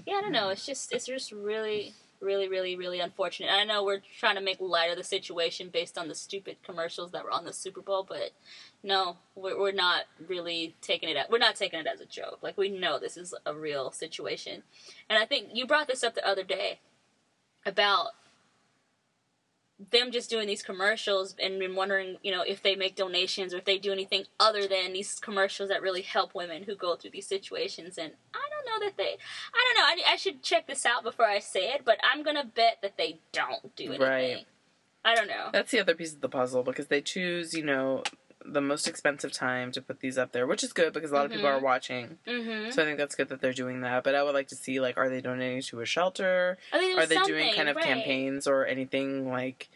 Speaker 2: yeah, I don't know. It's just it's just really, really, really, really unfortunate. And I know we're trying to make light of the situation based on the stupid commercials that were on the Super Bowl, but no, we're, we're not really taking it. At, we're not taking it as a joke. Like we know this is a real situation, and I think you brought this up the other day about them just doing these commercials and been wondering, you know, if they make donations or if they do anything other than these commercials that really help women who go through these situations. And I don't know that they, I don't know. I, I should check this out before I say it, but I'm gonna bet that they don't do anything.
Speaker 1: Right.
Speaker 2: I don't know.
Speaker 1: That's the other piece of the puzzle because they choose you know the most expensive time to put these up there, which is good because a lot of people
Speaker 2: Mhm.
Speaker 1: are watching.
Speaker 2: Mm-hmm.
Speaker 1: So I think that's good that they're doing that. But I would like to see like are they donating to a shelter?
Speaker 2: I think it was
Speaker 1: Are they doing
Speaker 2: something,
Speaker 1: kind of
Speaker 2: right.
Speaker 1: campaigns or anything like?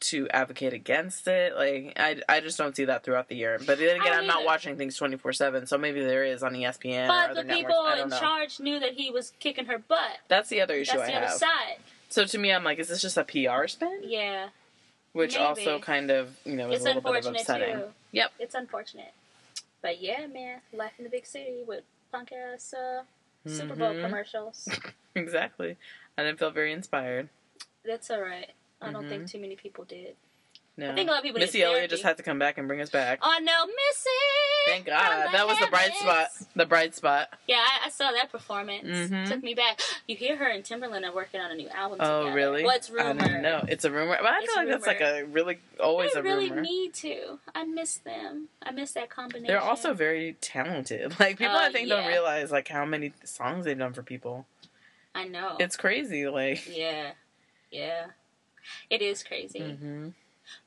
Speaker 1: To advocate against it, like I, I just don't see that throughout the year. But then again,
Speaker 2: don't
Speaker 1: I'm not
Speaker 2: either.
Speaker 1: watching things 24 seven, so maybe there is on E ESPN or
Speaker 2: But
Speaker 1: other
Speaker 2: the
Speaker 1: networks.
Speaker 2: people
Speaker 1: I don't
Speaker 2: in
Speaker 1: know.
Speaker 2: charge knew that he was kicking her butt.
Speaker 1: That's the other issue
Speaker 2: That's
Speaker 1: I
Speaker 2: the other
Speaker 1: have.
Speaker 2: side.
Speaker 1: So to me, I'm like, is this just a PR spin?
Speaker 2: Yeah,
Speaker 1: Which
Speaker 2: Maybe.
Speaker 1: also kind of, you know, is
Speaker 2: it's
Speaker 1: a little bit of
Speaker 2: unfortunate
Speaker 1: upsetting.
Speaker 2: too.
Speaker 1: Yep.
Speaker 2: It's unfortunate. But yeah, man, life in the big city with punk ass uh, Super Bowl
Speaker 1: Mhm.
Speaker 2: commercials.
Speaker 1: Exactly. I didn't feel very inspired.
Speaker 2: That's all right. I don't
Speaker 1: Mhm.
Speaker 2: think too many people did.
Speaker 1: No.
Speaker 2: I think a lot of people.
Speaker 1: Missy
Speaker 2: need
Speaker 1: Elliott just
Speaker 2: therapy.
Speaker 1: had to come back and bring us back.
Speaker 2: Oh no, Missy!
Speaker 1: Thank God.
Speaker 2: From
Speaker 1: That was the bright spot.
Speaker 2: heavens.
Speaker 1: The bright spot.
Speaker 2: Yeah, I, I saw that performance.
Speaker 1: Mhm.
Speaker 2: Took me back. You hear her and Timberland are working on a new album.
Speaker 1: Oh,
Speaker 2: together.
Speaker 1: really?
Speaker 2: What's rumor?
Speaker 1: I don't know. It's a rumor. But I
Speaker 2: It's
Speaker 1: feel like that's like a really, always
Speaker 2: they
Speaker 1: a
Speaker 2: really
Speaker 1: rumor.
Speaker 2: need to. I miss them. I miss that combination.
Speaker 1: They're also very talented. *laughs* Like, people
Speaker 2: Oh,
Speaker 1: I think don't
Speaker 2: yeah.
Speaker 1: realize, like, how many songs they've done for people.
Speaker 2: I know.
Speaker 1: It's crazy. Like,
Speaker 2: yeah, yeah. It is crazy,
Speaker 1: Mhm.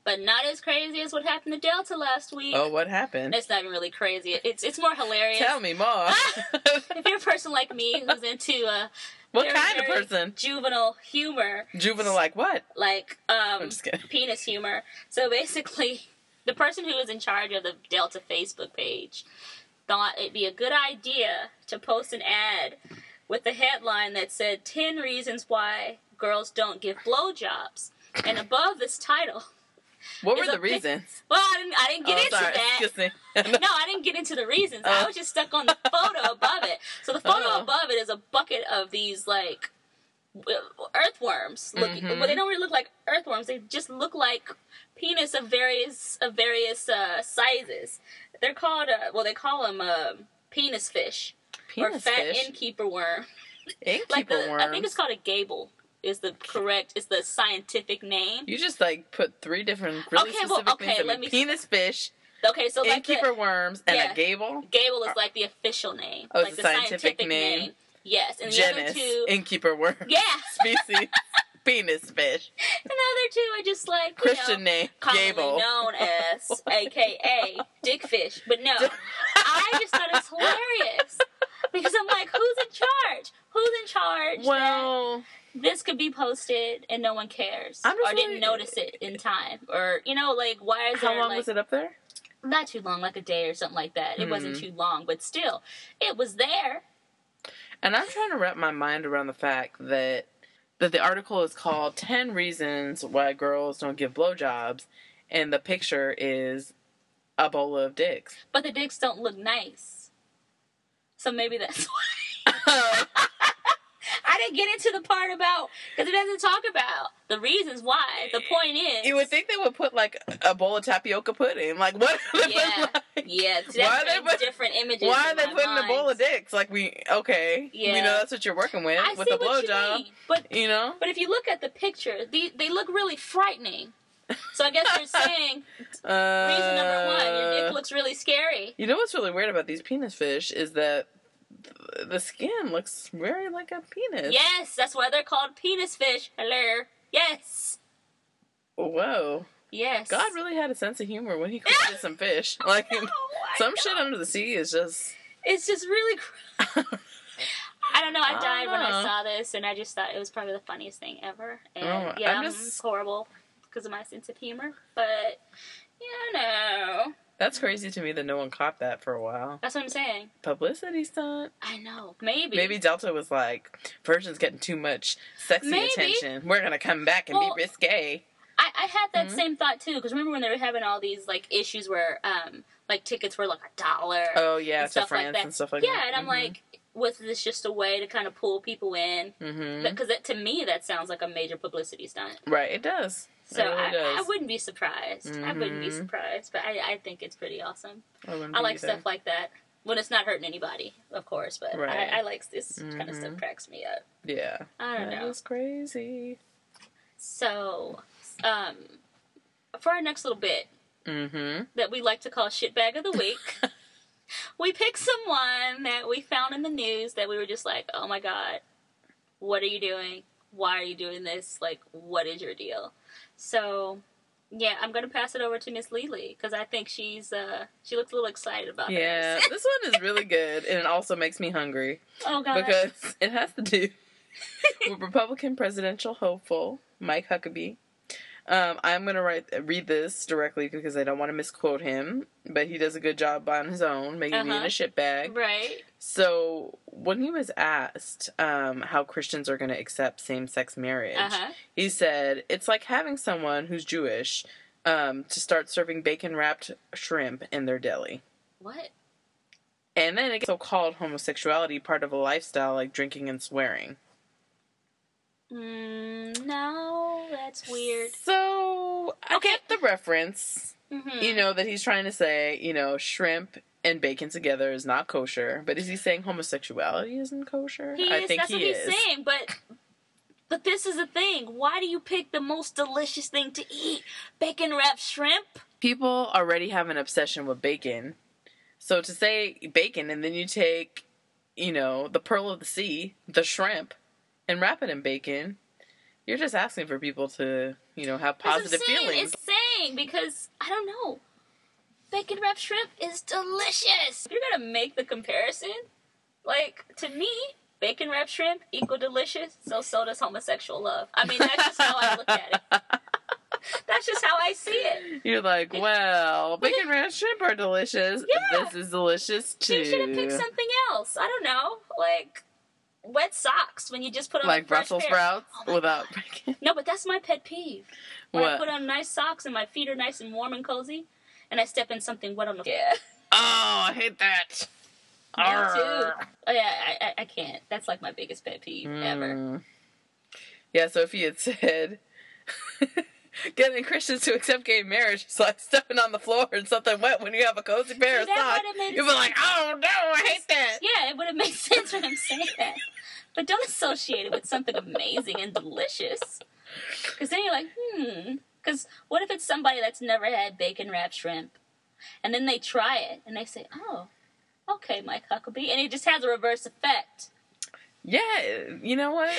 Speaker 2: but not as crazy as what happened to Delta last week.
Speaker 1: *laughs* oh, what happened?
Speaker 2: It's not even really crazy. It's it's more hilarious.
Speaker 1: Tell me more.
Speaker 2: Ah! if you're a person like me who's into uh,
Speaker 1: *laughs* what
Speaker 2: They're
Speaker 1: kind of
Speaker 2: very-
Speaker 1: person?
Speaker 2: juvenile humor,
Speaker 1: Juvenile, like what?
Speaker 2: like um,
Speaker 1: I'm just kidding.
Speaker 2: penis humor. So basically, *laughs* the person who was in charge of the Delta Facebook page thought it'd be a good idea to post an ad with the headline that said 10 reasons why girls don't give blowjobs. And above this title,
Speaker 1: What were
Speaker 2: It's
Speaker 1: the
Speaker 2: a-
Speaker 1: reasons?
Speaker 2: well, I didn't, I didn't *laughs* get
Speaker 1: Oh,
Speaker 2: into
Speaker 1: sorry.
Speaker 2: that. *laughs*
Speaker 1: Excuse me.
Speaker 2: no, I didn't get into the reasons. I
Speaker 1: Oh.
Speaker 2: was just stuck on the photo above it. So the photo
Speaker 1: Oh.
Speaker 2: above it is a bucket of these like w- earthworms. Looking,
Speaker 1: Mhm.
Speaker 2: well, they don't really look like earthworms. They just look like penis of various of various uh, sizes. They're called uh, well, they call them uh, penis fish or
Speaker 1: *laughs* Penis
Speaker 2: fat
Speaker 1: fish.
Speaker 2: innkeeper worm.
Speaker 1: Innkeeper
Speaker 2: Like the,
Speaker 1: worms.
Speaker 2: I think it's called a gable. Is the correct? Is the scientific name?
Speaker 1: you just like put three different really
Speaker 2: Okay, well,
Speaker 1: specific
Speaker 2: okay,
Speaker 1: things. in
Speaker 2: let
Speaker 1: me.
Speaker 2: me-
Speaker 1: Penis fish,
Speaker 2: Okay, so like the-
Speaker 1: innkeeper worms, and
Speaker 2: yeah.
Speaker 1: a gable.
Speaker 2: Gable is like the official name,
Speaker 1: Uh, Oh, it's
Speaker 2: like
Speaker 1: a scientific name.
Speaker 2: Yes, and the
Speaker 1: Genus,
Speaker 2: other two,
Speaker 1: *laughs* innkeeper worm.
Speaker 2: yeah,
Speaker 1: Species. Penis
Speaker 2: *laughs*
Speaker 1: fish.
Speaker 2: and the other two are just like you
Speaker 1: Christian
Speaker 2: know,
Speaker 1: name,
Speaker 2: commonly
Speaker 1: Gable. *laughs*
Speaker 2: known as AKA Dickfish.
Speaker 1: *laughs*
Speaker 2: But no, I just thought it's hilarious because I'm like, who's in charge? Who's in charge? that
Speaker 1: Well,
Speaker 2: this could be posted and no one cares,
Speaker 1: I'm just
Speaker 2: or
Speaker 1: wondering-
Speaker 2: didn't notice it in time, or you know, like why is
Speaker 1: how
Speaker 2: there
Speaker 1: long
Speaker 2: like,
Speaker 1: was it up there?
Speaker 2: not too long, like a day or something like that? It wasn't
Speaker 1: Hmm.
Speaker 2: too long, but still, it was there.
Speaker 1: And I'm trying to wrap my mind around the fact that that the article is called 10 reasons why girls don't give blowjobs and the picture is a bowl of dicks.
Speaker 2: *laughs* But the dicks don't look nice. So maybe that's *laughs* why. I didn't get into the part about, because it doesn't talk about the reasons why. The point is.
Speaker 1: you would think they would put like a bowl of tapioca pudding. Like what are they
Speaker 2: Yeah.
Speaker 1: putting, like,
Speaker 2: Yeah, see,
Speaker 1: Why
Speaker 2: that's
Speaker 1: are they
Speaker 2: like
Speaker 1: put-
Speaker 2: different images.
Speaker 1: why are
Speaker 2: in
Speaker 1: they
Speaker 2: my
Speaker 1: putting a bowl of
Speaker 2: mind.
Speaker 1: dicks? Like we okay. We
Speaker 2: Yeah.
Speaker 1: know that's what you're working with
Speaker 2: I
Speaker 1: with
Speaker 2: see
Speaker 1: the
Speaker 2: what you
Speaker 1: blowjob.
Speaker 2: mean. But,
Speaker 1: You know?
Speaker 2: but if you look at the picture, the, they look really frightening. So I guess they're saying
Speaker 1: *laughs* Uh,
Speaker 2: reason number one, your dick looks really scary.
Speaker 1: You know what's really weird about these penis fish is that th- the skin looks very like a penis.
Speaker 2: Yes, that's why they're called penis fish. Hello. Yes.
Speaker 1: Whoa.
Speaker 2: Yes.
Speaker 1: God really had a sense of humor when he created some
Speaker 2: *laughs*
Speaker 1: fish. Like
Speaker 2: No, I
Speaker 1: some
Speaker 2: know.
Speaker 1: shit under the sea is just *laughs*
Speaker 2: It's just really. Cr- I don't know. I
Speaker 1: I
Speaker 2: died when I
Speaker 1: dunno.
Speaker 2: saw this, and I just thought it was probably the funniest thing ever. And
Speaker 1: Oh,
Speaker 2: yeah,
Speaker 1: I'm
Speaker 2: I'm
Speaker 1: just-
Speaker 2: horrible because of my sense of humor, but you know,
Speaker 1: that's crazy to me that no one caught that for a while.
Speaker 2: that's what I'm saying.
Speaker 1: Publicity stunt.
Speaker 2: I know. Maybe.
Speaker 1: Maybe Delta was like, Virgin's getting too much sexy
Speaker 2: Maybe.
Speaker 1: attention. We're gonna come back and
Speaker 2: Well-
Speaker 1: be risque.
Speaker 2: I, I had that
Speaker 1: Mhm.
Speaker 2: same thought too. Because remember when they were having all these like issues where um like tickets were like a dollar.
Speaker 1: Oh yeah,
Speaker 2: and
Speaker 1: to
Speaker 2: stuff like
Speaker 1: France
Speaker 2: that.
Speaker 1: and stuff like mm-hmm.
Speaker 2: yeah,
Speaker 1: that.
Speaker 2: and I'm like, was this just a way to kind of pull people in?
Speaker 1: mm-hmm.
Speaker 2: Because that, to me, that sounds like a major publicity stunt.
Speaker 1: right, it does.
Speaker 2: So
Speaker 1: really
Speaker 2: I, I
Speaker 1: does.
Speaker 2: wouldn't be surprised. I wouldn't be
Speaker 1: Mhm.
Speaker 2: surprised, but I, I think it's pretty awesome.
Speaker 1: I, wouldn't
Speaker 2: I
Speaker 1: be
Speaker 2: like
Speaker 1: either.
Speaker 2: stuff like that when it's not hurting anybody, of course. But
Speaker 1: Right.
Speaker 2: I, I like this kind of stuff.
Speaker 1: Mhm.
Speaker 2: Cracks me up.
Speaker 1: Yeah,
Speaker 2: I don't
Speaker 1: that
Speaker 2: know.
Speaker 1: was crazy.
Speaker 2: So, um, for our next little bit
Speaker 1: Mm-hmm.
Speaker 2: that we like to call shitbag
Speaker 1: *laughs*
Speaker 2: of the week. We picked someone that we found in the news that we were just like, oh my god, what are you doing? Why are you doing this? Like, what is your deal? So, yeah, I'm gonna pass it over to Miss Lily because I think she's uh she looks a little excited about
Speaker 1: Yeah,
Speaker 2: hers.
Speaker 1: this one is really good, and it also makes me hungry.
Speaker 2: *laughs* oh god.
Speaker 1: because it has to do *laughs* with Republican presidential hopeful Mike Huckabee. Um, I'm gonna write read this directly because I don't want to misquote him, but he does a good job on his own, making me in
Speaker 2: Uh-huh.
Speaker 1: a shit bag.
Speaker 2: Right.
Speaker 1: So when he was asked um, how Christians are gonna accept same sex marriage,
Speaker 2: Uh huh.
Speaker 1: he said it's like having someone who's Jewish um, to start serving bacon wrapped shrimp in their deli.
Speaker 2: What?
Speaker 1: And then it also called homosexuality part of a lifestyle like drinking and swearing.
Speaker 2: Mm, no, that's weird.
Speaker 1: So I
Speaker 2: Okay.
Speaker 1: get the reference.
Speaker 2: hmm
Speaker 1: You know that he's trying to say, you know, shrimp and bacon together is not kosher. But is he saying homosexuality isn't kosher?
Speaker 2: He
Speaker 1: I
Speaker 2: is.
Speaker 1: think
Speaker 2: that's
Speaker 1: he
Speaker 2: what he's
Speaker 1: is.
Speaker 2: saying, but but this is the thing. Why do you pick the most delicious thing to eat? Bacon wrapped shrimp?
Speaker 1: People already have an obsession with bacon. So to say bacon and then you take, you know, the pearl of the sea, the shrimp, and wrap it in bacon, you're just asking for people to, you know, have positive
Speaker 2: That's what I'm saying.
Speaker 1: feelings.
Speaker 2: It's saying because I don't know. Bacon wrapped shrimp is delicious. If you're gonna make the comparison, like to me, bacon wrapped shrimp equal delicious. So so does homosexual love. I mean, that's just how I look at it. That's just how I see it.
Speaker 1: *laughs* You're like, well, bacon ranch shrimp are delicious.
Speaker 2: Yeah.
Speaker 1: This is delicious too.
Speaker 2: She should have picked something else. I don't know, like wet socks when you just put on a
Speaker 1: like
Speaker 2: fresh
Speaker 1: Brussels
Speaker 2: pair.
Speaker 1: sprouts
Speaker 2: Oh my
Speaker 1: without bacon.
Speaker 2: No, but that's my pet peeve. When I
Speaker 1: What?
Speaker 2: put on nice socks and my feet are nice and warm and cozy, and I step in something wet on the yeah.
Speaker 1: Oh, I hate that.
Speaker 2: Me
Speaker 1: Arr.
Speaker 2: too. Oh, yeah, I, I, I can't. That's like my biggest pet peeve ever.
Speaker 1: Mm. Yeah, so if he had said *laughs* getting Christians to accept gay marriage is like stepping on the floor in something wet when you have a cozy pair of
Speaker 2: See, that
Speaker 1: socks,
Speaker 2: would've made
Speaker 1: you'd be like, oh no, I hate that.
Speaker 2: Yeah, it would have made *laughs* sense when I'm saying that. But don't associate it with something amazing and delicious. Because then you're like, hmm. Because what if it's somebody that's never had bacon wrapped shrimp? And then they try it and they say, oh, okay, Mike Huckabee. And it just has a reverse effect.
Speaker 1: Yeah, you know
Speaker 2: *laughs*
Speaker 1: what?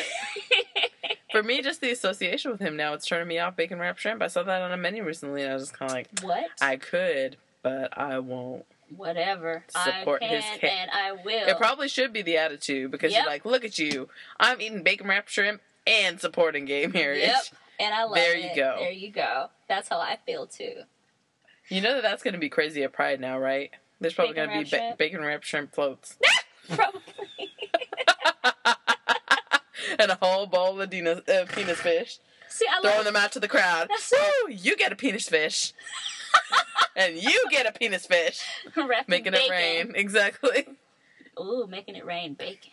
Speaker 1: For me, just the association with him now, it's turning me off bacon wrapped shrimp. I saw that on a menu recently, and I was just kind of like,
Speaker 2: what?
Speaker 1: I could, but I won't.
Speaker 2: Whatever.
Speaker 1: Support
Speaker 2: I
Speaker 1: his
Speaker 2: can
Speaker 1: ca-
Speaker 2: and I will.
Speaker 1: It probably should be the attitude because
Speaker 2: Yep.
Speaker 1: you're like, look at you. I'm eating bacon wrapped shrimp and supporting gay marriage.
Speaker 2: Yep. And I love
Speaker 1: There
Speaker 2: it.
Speaker 1: you go.
Speaker 2: There you go. That's how I feel too. *laughs*
Speaker 1: You know that that's going to be crazy at Pride now, right? There's probably
Speaker 2: Bacon
Speaker 1: going to be
Speaker 2: wrapped
Speaker 1: ba-
Speaker 2: shrimp.
Speaker 1: bacon wrapped shrimp floats *laughs*
Speaker 2: Probably.
Speaker 1: and a whole bowl of Dina- uh, penis fish,
Speaker 2: See, I
Speaker 1: throwing
Speaker 2: love
Speaker 1: them out to the
Speaker 2: *laughs*
Speaker 1: crowd.
Speaker 2: That's-
Speaker 1: Woo! You get a penis
Speaker 2: *laughs*
Speaker 1: fish. and you get a penis fish.
Speaker 2: *laughs* wrapping
Speaker 1: Making
Speaker 2: bacon.
Speaker 1: it rain. Exactly.
Speaker 2: Ooh, making it rain bacon.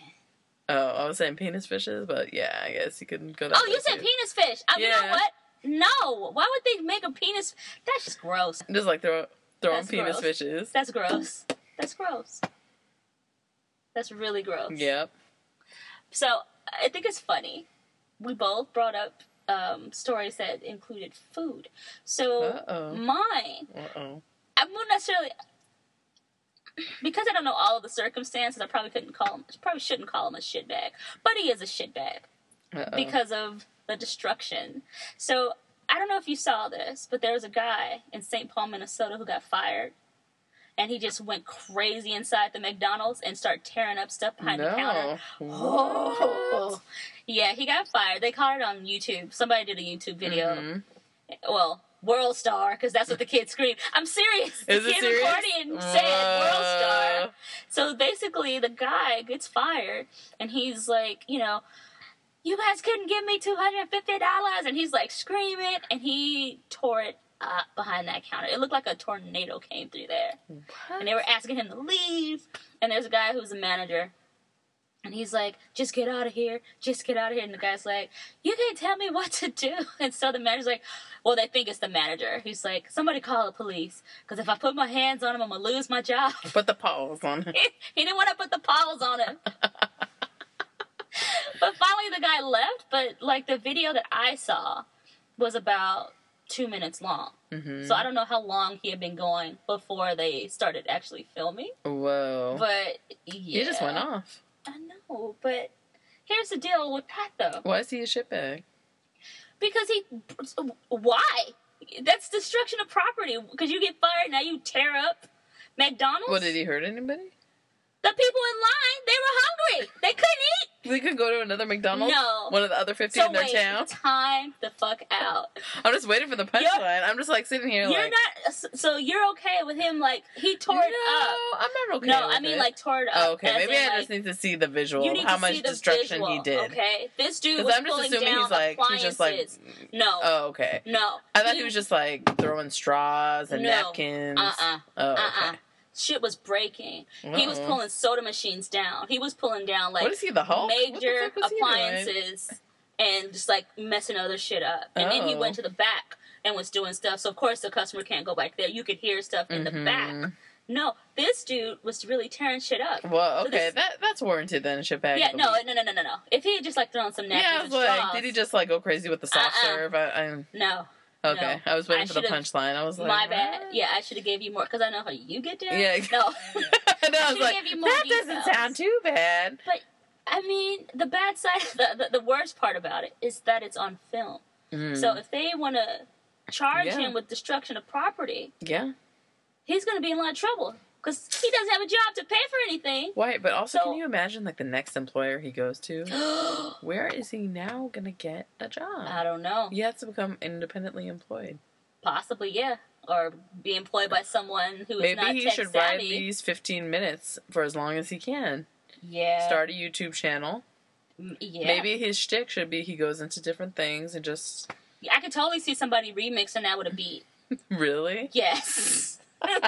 Speaker 1: Oh, I was saying penis fishes, but yeah, I guess you can go that
Speaker 2: Oh,
Speaker 1: way,
Speaker 2: you said
Speaker 1: too.
Speaker 2: penis fish. I, You know
Speaker 1: Yeah.
Speaker 2: what? No. Why would they make a penis? That's just gross.
Speaker 1: Just like throw, throwing
Speaker 2: That's
Speaker 1: penis
Speaker 2: gross.
Speaker 1: fishes.
Speaker 2: That's gross. That's gross. That's really gross.
Speaker 1: Yep.
Speaker 2: So I think it's funny. We both brought up um, stories that included food. So
Speaker 1: Uh-oh.
Speaker 2: mine
Speaker 1: Uh-oh.
Speaker 2: I won't necessarily because I don't know all of the circumstances. I probably couldn't call him. Probably shouldn't call him a shitbag, but he is a shitbag
Speaker 1: Uh-oh.
Speaker 2: because of the destruction. So I don't know if you saw this, but there was a guy in St. Paul, Minnesota who got fired. And he just went crazy inside the McDonald's and started tearing up stuff behind the counter.
Speaker 1: No.
Speaker 2: Oh. *laughs* Yeah, he got fired. They caught it on YouTube. Somebody did a YouTube video.
Speaker 1: Mhm.
Speaker 2: Well, World Star, because that's what the kid screamed. I'm serious.
Speaker 1: Is
Speaker 2: the
Speaker 1: it
Speaker 2: kid
Speaker 1: serious? Uh.
Speaker 2: recording said World Star. So basically, the guy gets fired, and he's like, you know, you guys couldn't give me two hundred and fifty dollars, and he's like screaming, and he tore it up behind that counter. It looked like a tornado came through there and they were asking him to leave. And there's a guy who's a manager, and he's like, "Just get out of here! Just get out of here!" And the guy's like, "You can't tell me what to do." *laughs* And so the manager's like, "Well, they think it's the manager." He's like, "Somebody call the police, because if I put my hands on him, I'm gonna lose my job."
Speaker 1: Put the pause on it.
Speaker 2: *laughs* he didn't want to put the paws on him. *laughs* but finally, the guy left. But like the video that I saw was about two minutes long.
Speaker 1: Mhm.
Speaker 2: So I don't know how long he had been going before they started actually filming.
Speaker 1: Whoa.
Speaker 2: But yeah.
Speaker 1: You Oh. just went off.
Speaker 2: I know, but here's the deal with that though.
Speaker 1: Why is he a shitbag?
Speaker 2: Because he why? That's destruction of property. Because you get fired, now you tear up McDonald's.
Speaker 1: What, did he hurt anybody?
Speaker 2: The people in line, they were hungry. They couldn't eat.
Speaker 1: They could go to another McDonald's?
Speaker 2: No.
Speaker 1: One of the other 50
Speaker 2: so
Speaker 1: in their
Speaker 2: wait,
Speaker 1: town?
Speaker 2: time the fuck out.
Speaker 1: I'm just waiting for the punchline. I'm just like sitting here
Speaker 2: you're
Speaker 1: like.
Speaker 2: not. So you're okay with him? Like he tore it
Speaker 1: no,
Speaker 2: up.
Speaker 1: I'm not okay.
Speaker 2: no, I
Speaker 1: with
Speaker 2: mean
Speaker 1: it.
Speaker 2: like tore it up.
Speaker 1: Oh, okay,
Speaker 2: as
Speaker 1: maybe
Speaker 2: in,
Speaker 1: I
Speaker 2: like,
Speaker 1: just need to see the visual,
Speaker 2: You need
Speaker 1: how
Speaker 2: to
Speaker 1: much
Speaker 2: see the
Speaker 1: destruction
Speaker 2: visual,
Speaker 1: he did.
Speaker 2: Okay, this dude
Speaker 1: Because
Speaker 2: was
Speaker 1: I'm just
Speaker 2: pulling
Speaker 1: assuming
Speaker 2: down
Speaker 1: he's like he's just like,
Speaker 2: appliances. no,
Speaker 1: oh okay.
Speaker 2: no.
Speaker 1: I thought he was just like throwing straws and
Speaker 2: No.
Speaker 1: napkins.
Speaker 2: uh uh
Speaker 1: Oh, okay.
Speaker 2: uh uh. Shit was breaking. He was
Speaker 1: Uh-uh.
Speaker 2: pulling soda machines down. He was pulling down like
Speaker 1: what is he the Hulk? What the
Speaker 2: major
Speaker 1: fuck was he doing?
Speaker 2: appliances and just like messing other shit up. And then he
Speaker 1: Oh.
Speaker 2: went to the back and was doing stuff. So of course the customer can't go back there. You could hear stuff in the back.
Speaker 1: Mhm.
Speaker 2: No, this dude was really tearing shit up.
Speaker 1: Well,
Speaker 2: So
Speaker 1: okay,
Speaker 2: this-
Speaker 1: that that's warranted then. Shitbag.
Speaker 2: yeah,
Speaker 1: of the
Speaker 2: no,
Speaker 1: week.
Speaker 2: no, no, no, no, no. If he had just like thrown some napkins
Speaker 1: Yeah, I was
Speaker 2: and
Speaker 1: like,
Speaker 2: straws,
Speaker 1: did he just like go crazy with the soft
Speaker 2: Uh-uh.
Speaker 1: serve? I, I'm
Speaker 2: No,
Speaker 1: okay. I was waiting
Speaker 2: I
Speaker 1: for the
Speaker 2: should've-
Speaker 1: punchline. I was like,
Speaker 2: my bad.
Speaker 1: what?
Speaker 2: Yeah, I should have gave you more because I know how you get down.
Speaker 1: Yeah. *laughs*
Speaker 2: No, *laughs*
Speaker 1: and then
Speaker 2: I
Speaker 1: I was
Speaker 2: should've
Speaker 1: like,
Speaker 2: gave you more
Speaker 1: that doesn't
Speaker 2: details.
Speaker 1: sound too bad.
Speaker 2: I mean the bad side, *laughs* the, the the worst part about it is that it's on film.
Speaker 1: Mm.
Speaker 2: So if they want to charge
Speaker 1: Yeah.
Speaker 2: him with destruction of property,
Speaker 1: yeah,
Speaker 2: he's going to be in a lot of trouble because he doesn't have a job to pay for anything. *gasps*
Speaker 1: wait, but also,
Speaker 2: So-
Speaker 1: can you imagine like the next employer he goes to?
Speaker 2: I
Speaker 1: Where is he now gonna get a job?
Speaker 2: don't know.
Speaker 1: You have to become independently employed.
Speaker 2: Possibly, yeah, or be employed by someone who is not
Speaker 1: Maybe he
Speaker 2: tech
Speaker 1: should ride
Speaker 2: savvy.
Speaker 1: these 15 minutes for as long as he can.
Speaker 2: yeah,
Speaker 1: Start a YouTube channel.
Speaker 2: M- yeah.
Speaker 1: Maybe his shtick should be he goes into different things and just
Speaker 2: I could totally see somebody remixing that with a beat. *laughs*
Speaker 1: really. *laughs*
Speaker 2: Yes.
Speaker 1: Fuck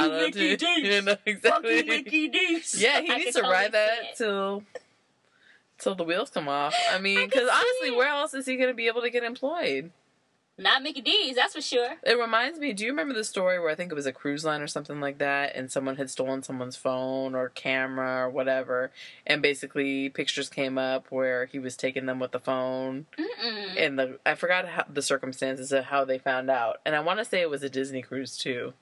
Speaker 2: you,
Speaker 1: *laughs*
Speaker 2: Ricky Dees.
Speaker 1: You know,
Speaker 2: Fuck
Speaker 1: exactly.
Speaker 2: you, Ricky Deuce.
Speaker 1: Yeah, he
Speaker 2: I
Speaker 1: needs
Speaker 2: could
Speaker 1: to ride
Speaker 2: totally see
Speaker 1: that
Speaker 2: it.
Speaker 1: till till the wheels come off. I mean,
Speaker 2: I could
Speaker 1: because
Speaker 2: see
Speaker 1: honestly,
Speaker 2: it.
Speaker 1: where else is he going to be able to get employed?
Speaker 2: Not Mickey D's, that's for sure.
Speaker 1: It reminds me, do you remember the story where I think it was a cruise line or something like that and someone had stolen someone's phone or camera or whatever and basically pictures came up where he was taking them with the phone
Speaker 2: Mm-mm.
Speaker 1: and the I forgot how, the circumstances of how they found out. And I want to say it was a Disney cruise too.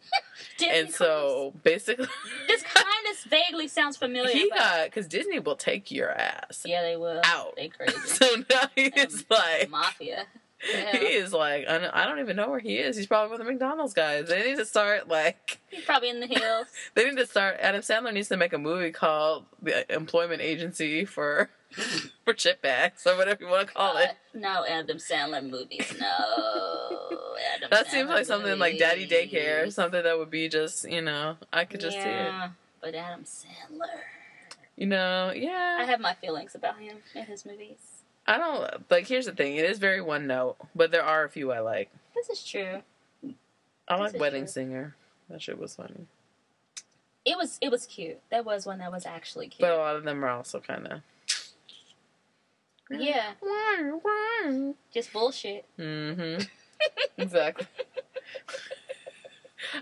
Speaker 2: Disney
Speaker 1: And so basically
Speaker 2: Cruise. this kind of vaguely
Speaker 1: *laughs*
Speaker 2: sounds familiar.
Speaker 1: he
Speaker 2: but-
Speaker 1: got cuz Disney will take your ass
Speaker 2: yeah, they will.
Speaker 1: out.
Speaker 2: They crazy.
Speaker 1: *laughs* So now he is like
Speaker 2: mafia. Yeah.
Speaker 1: he is like I don't- I don't even know where he is. He's probably with the McDonald's guys. They need to start like
Speaker 2: He's probably in the hills.
Speaker 1: They need to start. Adam Sandler needs to make a movie called The Employment Agency for *laughs* for Chipbacks or whatever you want to call it.
Speaker 2: Uh, no Adam Sandler movies. No. Adam
Speaker 1: That seems
Speaker 2: Sandler
Speaker 1: like something like Daddy Daycare,
Speaker 2: movies.
Speaker 1: something that would be just you know I could just see it.
Speaker 2: yeah, but Adam Sandler.
Speaker 1: You know,
Speaker 2: I
Speaker 1: yeah.
Speaker 2: have my feelings about him and his movies.
Speaker 1: I don't like. Here's the thing: it is very one note, but there are a few I like.
Speaker 2: This is true.
Speaker 1: I
Speaker 2: This
Speaker 1: like
Speaker 2: is
Speaker 1: Wedding
Speaker 2: true.
Speaker 1: Singer. That shit was funny,
Speaker 2: It was it was cute. That was one that was actually cute.
Speaker 1: but a lot of them are also kind of.
Speaker 2: yeah, just bullshit. *laughs*
Speaker 1: Mm-hmm. exactly. *laughs*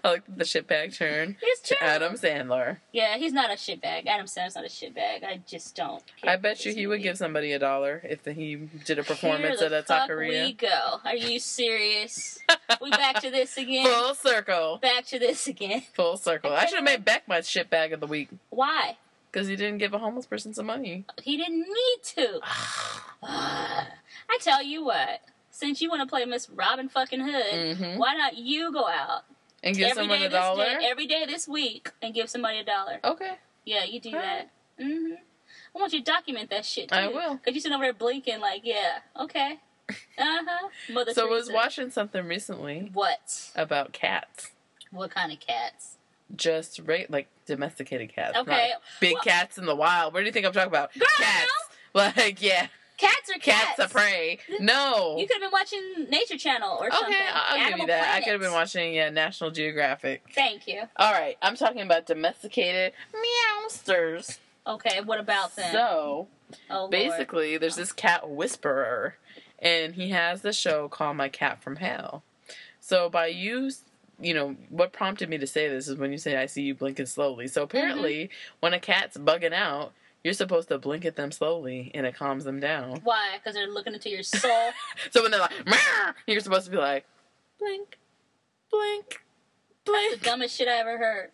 Speaker 1: I like the shitbag turn.
Speaker 2: It's true.
Speaker 1: to Adam Sandler.
Speaker 2: Yeah, he's not a shitbag. Adam Sandler's not a shitbag. I just don't. care
Speaker 1: I
Speaker 2: for
Speaker 1: bet you
Speaker 2: his
Speaker 1: he would
Speaker 2: movie.
Speaker 1: give somebody a dollar if he did a performance
Speaker 2: Here
Speaker 1: at a
Speaker 2: the fuck We
Speaker 1: taqueria.
Speaker 2: go. Are you serious?
Speaker 1: *laughs*
Speaker 2: we back to this again.
Speaker 1: Full circle.
Speaker 2: Back to this again.
Speaker 1: Full circle. I should have made Beck my shit bag of the week
Speaker 2: Why? *sighs*
Speaker 1: because he didn't give a homeless person some money.
Speaker 2: He didn't need to. Ah, *sighs* I tell you what, since you want to play Miss Robin fucking Hood,
Speaker 1: Mhm.
Speaker 2: why not you go out
Speaker 1: and give
Speaker 2: Mm-hmm. every
Speaker 1: someone
Speaker 2: day
Speaker 1: a
Speaker 2: this
Speaker 1: dollar.
Speaker 2: day, every day this week and give somebody a dollar?
Speaker 1: okay.
Speaker 2: Yeah, you do
Speaker 1: Alright.
Speaker 2: that. hmm I want you to document that shit. Too.
Speaker 1: I will.
Speaker 2: Cause you sitting over there blinking like, yeah,
Speaker 1: *laughs*
Speaker 2: okay, uh huh. Mother.
Speaker 1: So I was
Speaker 2: Teresa.
Speaker 1: watching something recently
Speaker 2: What?
Speaker 1: about cats.
Speaker 2: What kind of cats?
Speaker 1: Just right, like domesticated cats. not
Speaker 2: Okay,
Speaker 1: big
Speaker 2: Well-
Speaker 1: cats in the wild. What do you think I'm talking about?
Speaker 2: Girl!
Speaker 1: Cats. *laughs* Like yeah,
Speaker 2: cats are
Speaker 1: cats
Speaker 2: cats.
Speaker 1: of prey. No.
Speaker 2: You could have been watching Nature Channel or something.
Speaker 1: okay, I'll give
Speaker 2: Animal
Speaker 1: you that. I
Speaker 2: Planet.
Speaker 1: could have been watching yeah, National Geographic.
Speaker 2: Thank you.
Speaker 1: All right, I'm talking about domesticated meowsters.
Speaker 2: Okay, what about them?
Speaker 1: So
Speaker 2: oh, Lord.
Speaker 1: basically, there's this cat whisperer, and he has the show called My Cat from Hell. So by you, s- you know, what prompted me to say this is when you say I see you blinking slowly. So apparently, when a cat's bugging out, you're supposed to blink at them slowly, and it calms them down.
Speaker 2: Why? Because they're looking into your soul.
Speaker 1: So when they're like, "Meow," you're supposed to be like, blink, blink, *laughs*
Speaker 2: the
Speaker 1: blink.
Speaker 2: dumbest shit I ever heard.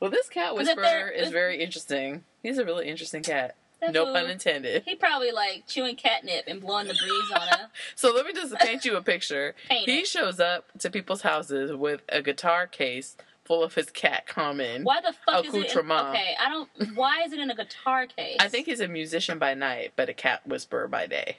Speaker 1: Well, this cat
Speaker 2: 'Cause if
Speaker 1: whisperer
Speaker 2: they're-
Speaker 1: is very interesting. He's a really interesting cat.
Speaker 2: That
Speaker 1: No
Speaker 2: fool,
Speaker 1: pun intended.
Speaker 2: He probably like chewing catnip and blowing the breeze
Speaker 1: *laughs*
Speaker 2: on a
Speaker 1: So let me just paint you a picture.
Speaker 2: painting.
Speaker 1: He shows up to people's houses with a guitar case full of his cat common.
Speaker 2: why the fuck is it? In,
Speaker 1: Accoutrement.
Speaker 2: okay,
Speaker 1: *laughs*
Speaker 2: I don't. Why is it in a guitar case?
Speaker 1: I think he's a musician by night, but a cat whisperer by day.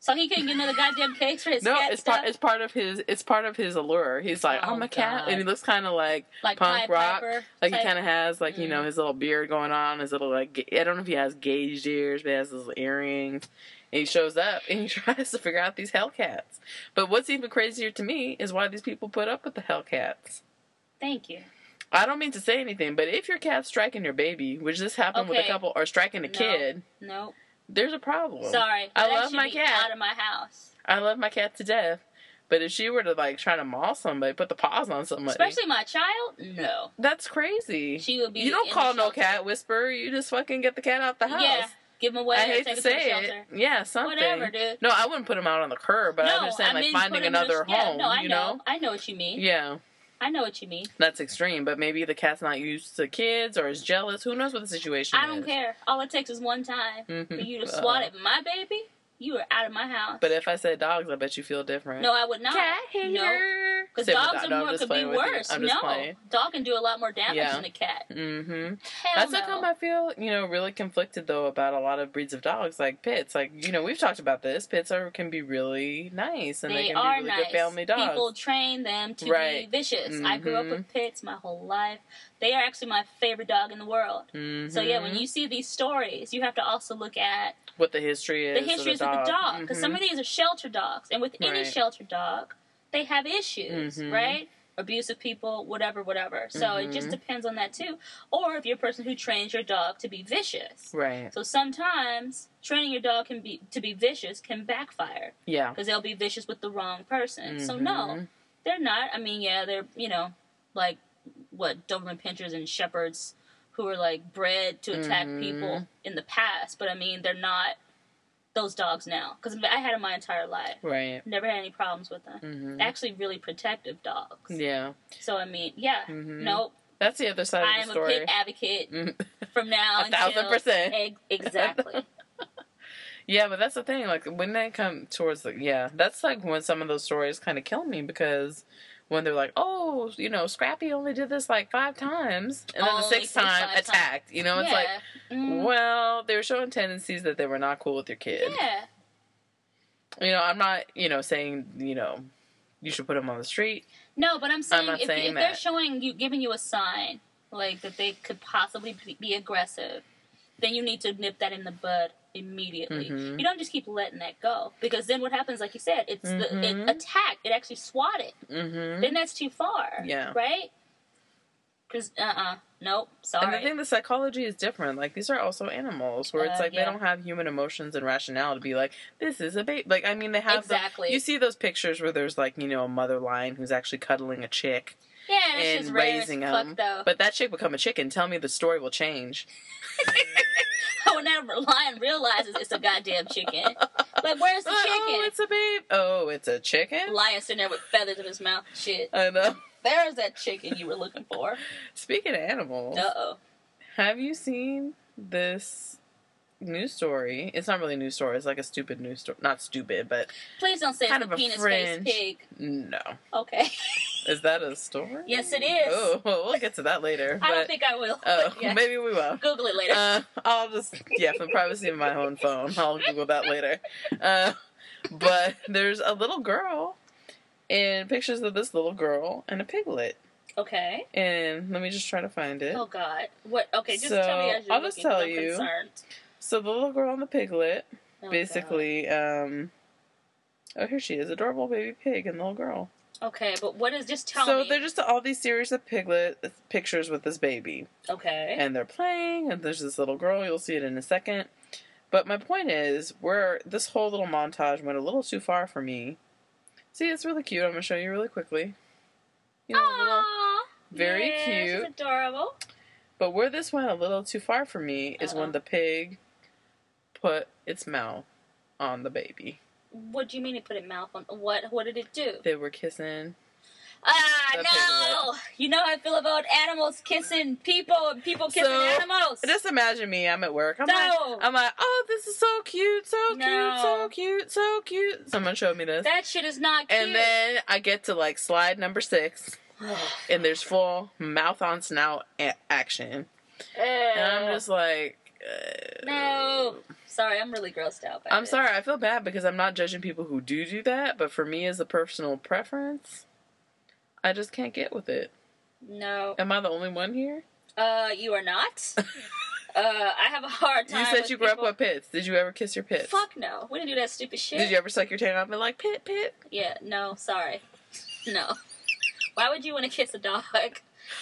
Speaker 2: so. He couldn't get another goddamn case for his
Speaker 1: No,
Speaker 2: cat
Speaker 1: it's
Speaker 2: stuff,
Speaker 1: part. It's part of his. It's part of his allure. He's like,
Speaker 2: Oh,
Speaker 1: I'm a cat,
Speaker 2: God.
Speaker 1: and he looks kind of like
Speaker 2: like
Speaker 1: punk
Speaker 2: Pied
Speaker 1: rock,
Speaker 2: Piper
Speaker 1: like he
Speaker 2: type-
Speaker 1: kind of has like you know
Speaker 2: Mm.
Speaker 1: his little beard going on, his little like ga- I don't know if he has gauged ears, but he has those earrings. And he shows up and he *laughs* tries to figure out these Hellcats. But what's even crazier to me is why these people put up with the Hellcats.
Speaker 2: Thank you.
Speaker 1: I don't mean to say anything, but if your cat's striking your baby, which this happened with a
Speaker 2: Okay.
Speaker 1: couple, or striking a
Speaker 2: No.
Speaker 1: kid,
Speaker 2: Nope.
Speaker 1: there's a problem.
Speaker 2: Sorry.
Speaker 1: I
Speaker 2: that
Speaker 1: love
Speaker 2: should
Speaker 1: my
Speaker 2: be
Speaker 1: cat.
Speaker 2: Out of my house,
Speaker 1: I love my cat to death, but if she were to like try to maul somebody, put the paws on somebody,
Speaker 2: especially my child. No,
Speaker 1: that's crazy.
Speaker 2: she would be.
Speaker 1: you
Speaker 2: in
Speaker 1: don't
Speaker 2: the
Speaker 1: call no
Speaker 2: shelter.
Speaker 1: cat whisperer. You just fucking get the cat out the house.
Speaker 2: Yeah, give him away.
Speaker 1: I
Speaker 2: or
Speaker 1: hate
Speaker 2: take
Speaker 1: to
Speaker 2: him the
Speaker 1: say
Speaker 2: shelter.
Speaker 1: it. Yeah, something.
Speaker 2: Whatever, dude.
Speaker 1: No, I wouldn't put him out on the curb, but I
Speaker 2: no,
Speaker 1: understand like
Speaker 2: mean,
Speaker 1: finding
Speaker 2: put him in a-
Speaker 1: another
Speaker 2: yeah,
Speaker 1: home.
Speaker 2: No, I
Speaker 1: you
Speaker 2: know.
Speaker 1: know.
Speaker 2: I know what you mean.
Speaker 1: Yeah,
Speaker 2: I know what you mean.
Speaker 1: that's extreme. But maybe the cat's not used to kids or is jealous. Who knows what the situation
Speaker 2: I
Speaker 1: is?
Speaker 2: don't care. All it takes is one time
Speaker 1: Mhm.
Speaker 2: for you to
Speaker 1: Uh-oh.
Speaker 2: swat at my baby. You are out of my house.
Speaker 1: But if I said dogs, I bet you feel different.
Speaker 2: no, I would not.
Speaker 1: cat
Speaker 2: no,
Speaker 1: hater.
Speaker 2: because dogs are more could be worse.
Speaker 1: I'm just
Speaker 2: no,
Speaker 1: playing.
Speaker 2: dog can do a lot more damage
Speaker 1: Yeah.
Speaker 2: than a cat.
Speaker 1: Mm-hmm.
Speaker 2: Hell
Speaker 1: That's
Speaker 2: no.
Speaker 1: how come I feel, you know, really conflicted though about a lot of breeds of dogs, like pits. Like, you know, we've talked about this. Pits are can be really nice and
Speaker 2: they,
Speaker 1: they, can
Speaker 2: are
Speaker 1: be really
Speaker 2: nice.
Speaker 1: good family dogs.
Speaker 2: People train them to
Speaker 1: Right. Mm-hmm.
Speaker 2: be vicious. I grew up with pits my whole life. They are actually my favorite dog in the world. So yeah, when
Speaker 1: Mhm.
Speaker 2: you see these stories, you have to also look at
Speaker 1: what the history
Speaker 2: the
Speaker 1: is, of
Speaker 2: histories
Speaker 1: the
Speaker 2: with the dog because
Speaker 1: Mhm.
Speaker 2: some of these are shelter dogs and with any
Speaker 1: Right.
Speaker 2: shelter dog they have issues
Speaker 1: Mhm.
Speaker 2: right abusive people whatever whatever so it just
Speaker 1: Mhm.
Speaker 2: depends on that too or if you're a person who trains your dog to be vicious
Speaker 1: right,
Speaker 2: so sometimes training your dog can be to be vicious can backfire
Speaker 1: yeah,
Speaker 2: because they'll be vicious with the wrong person so no they're not. I mean, yeah, they're you know, like what Doberman pinchers and shepherds who were like bred to attack
Speaker 1: Mhm.
Speaker 2: people in the past, but I mean, they're not those dogs now. Because I had them my entire life,
Speaker 1: Mhm. right,
Speaker 2: never had any problems with them.
Speaker 1: hmm
Speaker 2: Actually, really protective dogs.
Speaker 1: yeah.
Speaker 2: So I mean, yeah,
Speaker 1: Mhm.
Speaker 2: nope.
Speaker 1: That's the other side
Speaker 2: I
Speaker 1: of
Speaker 2: am
Speaker 1: the
Speaker 2: a
Speaker 1: story.
Speaker 2: pit advocate
Speaker 1: Mhm. *laughs*
Speaker 2: from now
Speaker 1: A thousand
Speaker 2: until-
Speaker 1: percent.
Speaker 2: Ex-
Speaker 1: *laughs*
Speaker 2: exactly.
Speaker 1: Yeah, but that's the thing. Like when they come towards the yeah, that's like when some of those stories kind of kill me because when they're like, oh, you know, Scrappy only did this like five times, and then the
Speaker 2: Only
Speaker 1: sixth
Speaker 2: did
Speaker 1: time
Speaker 2: five
Speaker 1: attacked. You know, it's
Speaker 2: yeah.
Speaker 1: like,
Speaker 2: Mm,
Speaker 1: well, they were showing tendencies that they were not cool with your kid.
Speaker 2: yeah.
Speaker 1: You know, I'm not, you know, saying you know, you should put them on the street.
Speaker 2: No, but I'm saying
Speaker 1: not
Speaker 2: if,
Speaker 1: saying
Speaker 2: if they're
Speaker 1: that.
Speaker 2: showing you, giving you a sign like that they could possibly be, be aggressive, then you need to nip that in the bud immediately.
Speaker 1: Mhm.
Speaker 2: You don't just keep letting that go because then what happens, like you said, it's the it
Speaker 1: Mhm.
Speaker 2: attacked, it actually swatted.
Speaker 1: Mm-hmm.
Speaker 2: Then that's too far.
Speaker 1: Yeah.
Speaker 2: Right. Because uh uh nope sorry.
Speaker 1: and the thing, the psychology is different. Like these are also animals, where it's
Speaker 2: Uh,
Speaker 1: like
Speaker 2: yeah.
Speaker 1: they don't have human emotions and rationale to be like, this is a baby. Like I mean, they have the-
Speaker 2: Exactly.
Speaker 1: you see those pictures where there's like you know a mother lion who's actually cuddling a chick,
Speaker 2: yeah, that's
Speaker 1: and
Speaker 2: just rare
Speaker 1: raising
Speaker 2: as fuck,
Speaker 1: 'em,
Speaker 2: though. *laughs*
Speaker 1: but that chick become a chicken. Tell me the story will change.
Speaker 2: when that lion realizes it's a goddamn chicken, like where's the
Speaker 1: Like, *laughs* Oh,
Speaker 2: chicken?
Speaker 1: it's a babe. Oh, it's a chicken.
Speaker 2: lion sitting there with feathers in his mouth. Shit.
Speaker 1: I know. *laughs*
Speaker 2: There's that chicken you were looking for.
Speaker 1: Speaking of animals,
Speaker 2: Uh oh.
Speaker 1: have you seen this news story. It's not really a news story. It's like a stupid news story. Not stupid, but
Speaker 2: Please don't say
Speaker 1: Kind of
Speaker 2: it's the
Speaker 1: a
Speaker 2: penis
Speaker 1: fringe.
Speaker 2: face pig.
Speaker 1: no.
Speaker 2: Okay. *laughs*
Speaker 1: Is that a story?
Speaker 2: yes, it is.
Speaker 1: Oh, well, we'll get to that later.
Speaker 2: I don't
Speaker 1: but-
Speaker 2: think I will.
Speaker 1: Oh,
Speaker 2: *laughs* but yeah.
Speaker 1: maybe we will.
Speaker 2: Google it later.
Speaker 1: Uh, I'll just yeah, for the privacy of my own phone, I'll Google that later. Uh, but there's a little girl, and pictures of this little girl and a piglet.
Speaker 2: okay.
Speaker 1: And let me just try to find it.
Speaker 2: Oh God. What? Okay, just
Speaker 1: So,
Speaker 2: tell me as you're
Speaker 1: I'll just
Speaker 2: looking, 'cause
Speaker 1: tell
Speaker 2: I'm
Speaker 1: you.
Speaker 2: Concerned.
Speaker 1: So the little girl and the piglet,
Speaker 2: Oh,
Speaker 1: basically. Um, oh, here she is, adorable baby pig and little girl.
Speaker 2: God. Okay, but what is? Just tell
Speaker 1: so
Speaker 2: me.
Speaker 1: they're just all these series of piglet pictures with this baby.
Speaker 2: okay.
Speaker 1: and they're playing and there's this little girl you'll see it in a second but my point is where this whole little montage went a little too far for me see it's really cute i'm gonna show you really quickly you know, little-
Speaker 2: Aww.
Speaker 1: very
Speaker 2: She's
Speaker 1: cute.
Speaker 2: adorable.
Speaker 1: but where this went a little too far for me is
Speaker 2: Uh-oh.
Speaker 1: when the pig put its mouth on the baby
Speaker 2: What do you mean it put it mouth on? What? What did it do?
Speaker 1: they were kissing
Speaker 2: Ah,
Speaker 1: That
Speaker 2: no! You know how I feel about animals kissing people and people kissing
Speaker 1: So,
Speaker 2: animals.
Speaker 1: just imagine me i'm at work i'm
Speaker 2: No.
Speaker 1: like i'm like oh this is so cute so
Speaker 2: No.
Speaker 1: cute so cute so cute someone showed me this
Speaker 2: that shit is not cute.
Speaker 1: and
Speaker 2: *sighs*
Speaker 1: then i get to like slide number six and there's full mouth on snout a- action, and I'm just like, uh,
Speaker 2: no. Sorry, I'm really grossed out. By
Speaker 1: I'm
Speaker 2: this.
Speaker 1: sorry. I feel bad because I'm not judging people who do do that, but for me as a personal preference, I just can't get with it.
Speaker 2: No.
Speaker 1: Am I the only one here?
Speaker 2: Uh, you
Speaker 1: *laughs*
Speaker 2: are not. uh, I have a hard time.
Speaker 1: you said
Speaker 2: with
Speaker 1: you grew
Speaker 2: people-
Speaker 1: up with pits. Did you ever kiss your pits?
Speaker 2: Fuck no. We didn't do that stupid shit.
Speaker 1: Did you ever suck your tail out and be like pit pit?
Speaker 2: Yeah. No. Sorry. No. Why would you want to kiss a dog?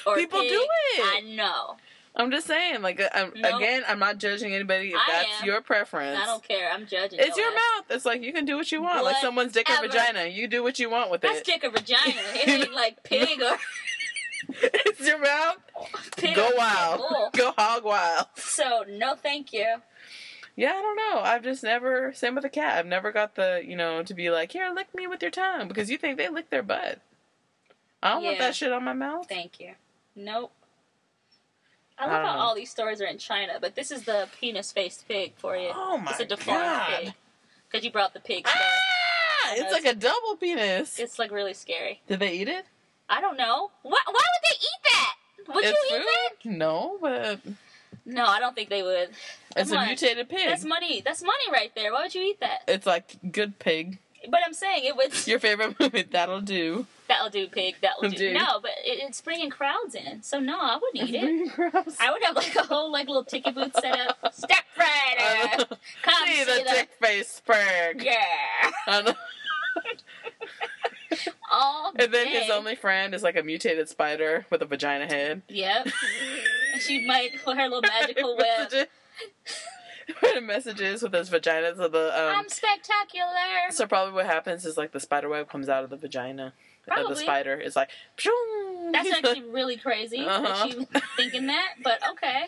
Speaker 2: Or a
Speaker 1: People
Speaker 2: pig?
Speaker 1: do
Speaker 2: I
Speaker 1: it.
Speaker 2: know.
Speaker 1: I, am just saying. Like uh, I'm,
Speaker 2: No.
Speaker 1: again, I'm not judging anybody if
Speaker 2: I
Speaker 1: that's
Speaker 2: am.
Speaker 1: your preference.
Speaker 2: I don't care. I'm judging.
Speaker 1: it's
Speaker 2: your
Speaker 1: your
Speaker 2: ass.
Speaker 1: mouth. It's like you can do what you want. Like someone's dick or
Speaker 2: Whatever.
Speaker 1: vagina. You do what you want with *laughs*
Speaker 2: That's
Speaker 1: it.
Speaker 2: dick or vagina. It ain't like pig
Speaker 1: *laughs*
Speaker 2: or
Speaker 1: it's your mouth.
Speaker 2: pig.
Speaker 1: go
Speaker 2: or
Speaker 1: wild.
Speaker 2: bull.
Speaker 1: *laughs* Go hog wild.
Speaker 2: So no, thank you.
Speaker 1: Yeah, I don't know. I've just never same with a cat. I've never got the you know to be like here, lick me with your tongue because you think they lick their butt. I don't want
Speaker 2: Yeah.
Speaker 1: that shit on my mouth.
Speaker 2: Thank you. Nope.
Speaker 1: I
Speaker 2: I love
Speaker 1: don't
Speaker 2: how
Speaker 1: know.
Speaker 2: all these stories are in China, but this is the penis-faced pig for you.
Speaker 1: Oh my
Speaker 2: it's a deformed
Speaker 1: god!
Speaker 2: pig because you brought the pig.
Speaker 1: Ah!
Speaker 2: stuff.
Speaker 1: It's like a double penis.
Speaker 2: It's like really scary.
Speaker 1: Did they eat it?
Speaker 2: I don't know. Why, why would they eat that? Would
Speaker 1: It's
Speaker 2: you eat
Speaker 1: food? No, but
Speaker 2: that? No, I don't think they would.
Speaker 1: it's
Speaker 2: Come
Speaker 1: a
Speaker 2: on.
Speaker 1: mutated pig.
Speaker 2: That's money. That's money right there. Why would you eat that?
Speaker 1: it's like good pig.
Speaker 2: But I'm saying it would.
Speaker 1: Your favorite *laughs* movie? That'll do.
Speaker 2: *laughs* That'll do, pig. That'll do.
Speaker 1: Dude.
Speaker 2: No, but it, it's bringing crowds in. So no, I
Speaker 1: *laughs*
Speaker 2: wouldn't eat it.
Speaker 1: Gross.
Speaker 2: I would have like a whole like little ticket booth set
Speaker 1: *laughs*
Speaker 2: up. Step right up. Come
Speaker 1: See the
Speaker 2: that.
Speaker 1: dick face *laughs* sprig.
Speaker 2: Yeah.
Speaker 1: I don't-
Speaker 2: All
Speaker 1: And then his
Speaker 2: day.
Speaker 1: only friend is like a mutated spider with a vagina
Speaker 2: *laughs*
Speaker 1: head. *laughs*
Speaker 2: Yep. she might put her little magical web.
Speaker 1: Messages- Messages with his vagina to the um.
Speaker 2: I'm spectacular.
Speaker 1: so probably what happens is like the spider web comes out of the vagina of
Speaker 2: Probably.
Speaker 1: the spider. It's like. pshoong. *laughs*
Speaker 2: That's actually really crazy
Speaker 1: Uh-huh.
Speaker 2: that she was thinking that, but okay.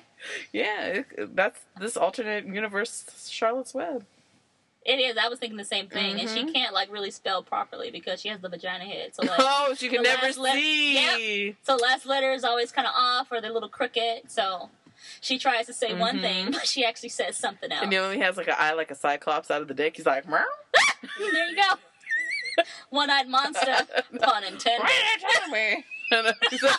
Speaker 1: yeah. It, that's this alternate universe Charlotte's Web.
Speaker 2: It is. I was thinking the same thing, and she
Speaker 1: Mhm.
Speaker 2: can't like really spell properly because she has the vagina head. So like,
Speaker 1: *laughs* oh, she can
Speaker 2: the
Speaker 1: never
Speaker 2: last left-
Speaker 1: see.
Speaker 2: so last letter is always kind of off or they're a little crooked. So she tries to say one
Speaker 1: Mhm.
Speaker 2: thing, but she actually says something else.
Speaker 1: And he only has like an eye like a cyclops out of the dick. He's like. "Meow."
Speaker 2: *laughs* there you go. *laughs* One-eyed monster,
Speaker 1: *laughs*
Speaker 2: pun intended.
Speaker 1: Why are you telling me? He's
Speaker 2: *laughs*
Speaker 1: like,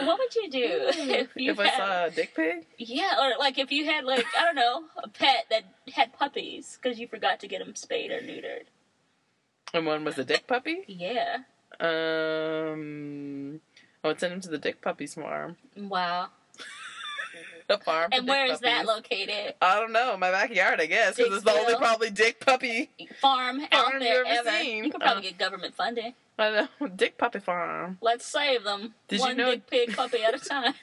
Speaker 2: What would you do if
Speaker 1: *laughs*
Speaker 2: you
Speaker 1: if
Speaker 2: had?
Speaker 1: I saw a dick pig.
Speaker 2: Yeah, or like if you had like I don't know a pet that had puppies because you forgot to get them spayed or neutered.
Speaker 1: And one was a dick puppy.
Speaker 2: Yeah.
Speaker 1: Um, I would send him to the dick puppies farm.
Speaker 2: Wow.
Speaker 1: A farm.
Speaker 2: And where is that
Speaker 1: located?
Speaker 2: located?
Speaker 1: I don't know. My backyard, I guess, because it's the only
Speaker 2: Dicksville.
Speaker 1: probably dick puppy.
Speaker 2: Farm out
Speaker 1: Farm
Speaker 2: there
Speaker 1: you've ever
Speaker 2: ever.
Speaker 1: seen.
Speaker 2: You could probably
Speaker 1: Uh.
Speaker 2: get government funding.
Speaker 1: I know, *laughs* dick puppy farm.
Speaker 2: Let's save them.
Speaker 1: Did you
Speaker 2: One
Speaker 1: know-
Speaker 2: big pig puppy at
Speaker 1: *laughs*
Speaker 2: a time.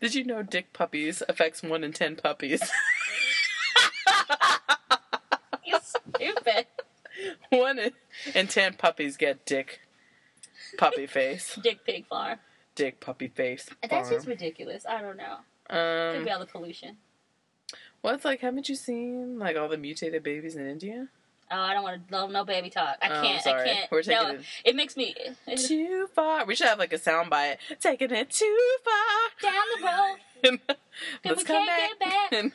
Speaker 1: Did you know dick puppies affects one in ten puppies? *laughs*
Speaker 2: you stupid
Speaker 1: one in, in ten puppies get dick
Speaker 2: *laughs*
Speaker 1: puppy face.
Speaker 2: dick pig farm.
Speaker 1: Dick puppy face.
Speaker 2: That's just
Speaker 1: farm.
Speaker 2: ridiculous. I don't know. Could
Speaker 1: um.
Speaker 2: be all the pollution.
Speaker 1: Well, it's like, haven't you seen like all the mutated babies in India?
Speaker 2: Oh, I don't want to. No, no baby talk. I
Speaker 1: Oh, I'm
Speaker 2: can't.
Speaker 1: sorry.
Speaker 2: I can't.
Speaker 1: We're taking
Speaker 2: no,
Speaker 1: it-
Speaker 2: it makes me it's
Speaker 1: Too far. We should have like a soundbite. Taking it too far.
Speaker 2: down the road
Speaker 1: And
Speaker 2: we
Speaker 1: Let's come
Speaker 2: can't
Speaker 1: back. *laughs*
Speaker 2: get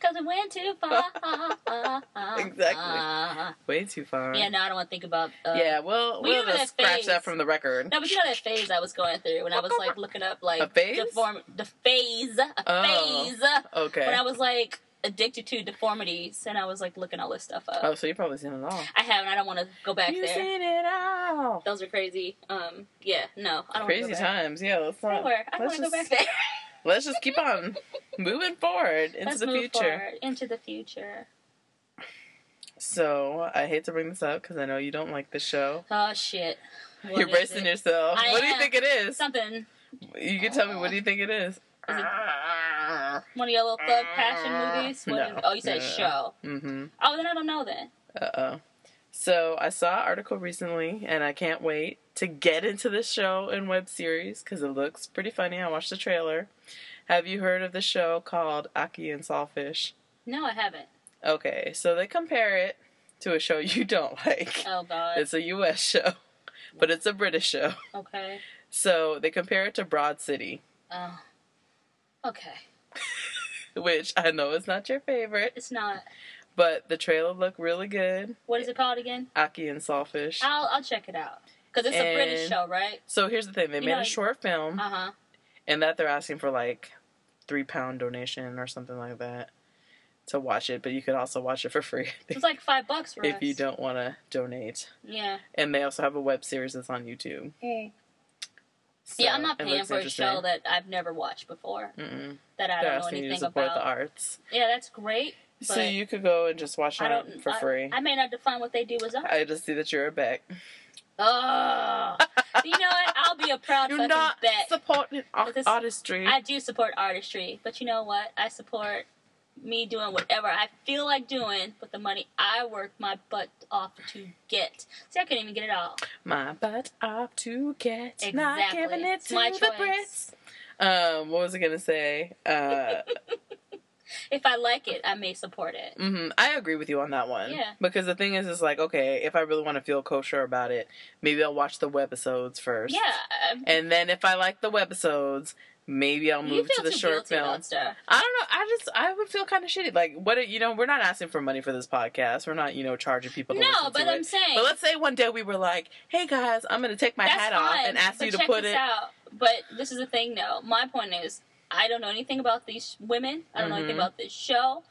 Speaker 2: because it went too far.
Speaker 1: Exactly. Way too far.
Speaker 2: Yeah, no, I don't want to think about. Uh,
Speaker 1: yeah, well,
Speaker 2: we
Speaker 1: we'll
Speaker 2: live in
Speaker 1: just
Speaker 2: a
Speaker 1: scratch
Speaker 2: phase.
Speaker 1: that from the record.
Speaker 2: No, but you know that phase I was going through when I was like looking up like
Speaker 1: A phase?
Speaker 2: deform the phase a
Speaker 1: Oh,
Speaker 2: phase
Speaker 1: Okay.
Speaker 2: when I was like addicted to deformities and I was like looking all this stuff up.
Speaker 1: oh, so you've probably seen it all.
Speaker 2: I haven't. I don't want to go back
Speaker 1: You've
Speaker 2: there.
Speaker 1: seen it all.
Speaker 2: Those are crazy. Um, yeah, no, I don't.
Speaker 1: Crazy
Speaker 2: wanna go back.
Speaker 1: times. Yeah, let's not.
Speaker 2: Don't worry, I don't want
Speaker 1: Let's
Speaker 2: to go back
Speaker 1: just,
Speaker 2: there.
Speaker 1: let's just keep
Speaker 2: *laughs*
Speaker 1: on moving forward into
Speaker 2: Let's
Speaker 1: the
Speaker 2: move
Speaker 1: future.
Speaker 2: forward into the future.
Speaker 1: So I hate to bring this up because I know you don't like the show.
Speaker 2: Oh shit! What
Speaker 1: You're
Speaker 2: is
Speaker 1: bracing
Speaker 2: it?
Speaker 1: yourself.
Speaker 2: I
Speaker 1: what do you
Speaker 2: am.
Speaker 1: think it is?
Speaker 2: Something.
Speaker 1: You can tell me. What do you think it is?
Speaker 2: Is it- One of your little thug passion movies. What
Speaker 1: No.
Speaker 2: is- oh, you said
Speaker 1: No.
Speaker 2: show.
Speaker 1: Mm-hmm.
Speaker 2: Oh, then I don't know. Then
Speaker 1: Uh oh. So I saw an article recently, and I can't wait to get into this show and web series because it looks pretty funny. I watched the trailer. Have you heard of the show called Aki and Sawfish?
Speaker 2: no, I haven't.
Speaker 1: Okay, so they compare it to a show *laughs* you don't like.
Speaker 2: Oh god.
Speaker 1: It's a U.S. show, but it's a British show.
Speaker 2: Okay.
Speaker 1: So they compare it to Broad City,
Speaker 2: Oh. Okay.
Speaker 1: which I know is not your favorite,
Speaker 2: It's not.
Speaker 1: but the trailer looked really good.
Speaker 2: What is it called again?
Speaker 1: Aki and Sawfish.
Speaker 2: I'll I'll check it out because it's a British
Speaker 1: And-
Speaker 2: show, right?
Speaker 1: So here's the thing: they
Speaker 2: You
Speaker 1: made
Speaker 2: know-
Speaker 1: a short film,
Speaker 2: Uh huh.
Speaker 1: and that they're asking for like three pound donation or something like that to watch it. But you could also watch it for free *laughs*
Speaker 2: It's like five bucks for us.
Speaker 1: if you don't want to donate.
Speaker 2: Yeah.
Speaker 1: And they also have a web series that's on YouTube. So
Speaker 2: yeah, I'm not
Speaker 1: it
Speaker 2: paying
Speaker 1: looks
Speaker 2: for a
Speaker 1: interesting.
Speaker 2: show that I've never watched before
Speaker 1: Mm-mm.
Speaker 2: that
Speaker 1: They're
Speaker 2: I don't know
Speaker 1: asking you to
Speaker 2: anything
Speaker 1: support the
Speaker 2: about.
Speaker 1: arts,
Speaker 2: Yeah, that's great.
Speaker 1: so
Speaker 2: but
Speaker 1: you could go and just watch
Speaker 2: I
Speaker 1: it
Speaker 2: don't
Speaker 1: for
Speaker 2: I-
Speaker 1: free.
Speaker 2: I may not define what they do as art.
Speaker 1: I just see that you're a Beck.
Speaker 2: Oh, you know what? I'll be a proud
Speaker 1: You're
Speaker 2: fucking
Speaker 1: not
Speaker 2: bet.
Speaker 1: supporting ar-
Speaker 2: Because
Speaker 1: artistry.
Speaker 2: I do support artistry, but you know what? I support me doing whatever I feel like doing with the money I work my butt off to get. See, I couldn't even get it all.
Speaker 1: My butt off to get,
Speaker 2: Exactly.
Speaker 1: not giving it
Speaker 2: it's
Speaker 1: to
Speaker 2: my
Speaker 1: the
Speaker 2: choice.
Speaker 1: Brits. Um, what was I gonna say? Uh,
Speaker 2: *laughs* If I like it, I may support it.
Speaker 1: mhm, I agree with you on that one.
Speaker 2: Yeah.
Speaker 1: Because the thing is, is like, okay, if I really want to feel kosher about it, maybe I'll watch the webisodes first.
Speaker 2: Yeah. I-
Speaker 1: And then if I like the webisodes, maybe I'll
Speaker 2: You
Speaker 1: move to
Speaker 2: feel
Speaker 1: the
Speaker 2: too
Speaker 1: short
Speaker 2: guilty
Speaker 1: film.
Speaker 2: about stuff.
Speaker 1: I don't know. I just I would feel kind of shitty. Like, what? Are, you know, we're not asking for money for this podcast. We're not, you know, charging people. To
Speaker 2: No,
Speaker 1: listen
Speaker 2: but
Speaker 1: to
Speaker 2: I'm
Speaker 1: it.
Speaker 2: saying
Speaker 1: But let's say one day we were like, "Hey guys, I'm gonna take my
Speaker 2: that's
Speaker 1: hat
Speaker 2: fine,
Speaker 1: off and ask
Speaker 2: but
Speaker 1: you to
Speaker 2: check
Speaker 1: put
Speaker 2: this
Speaker 1: it."
Speaker 2: out. But this is the thing, though. My point is, I don't know anything about these women. I don't know anything
Speaker 1: Mhm.
Speaker 2: about this show.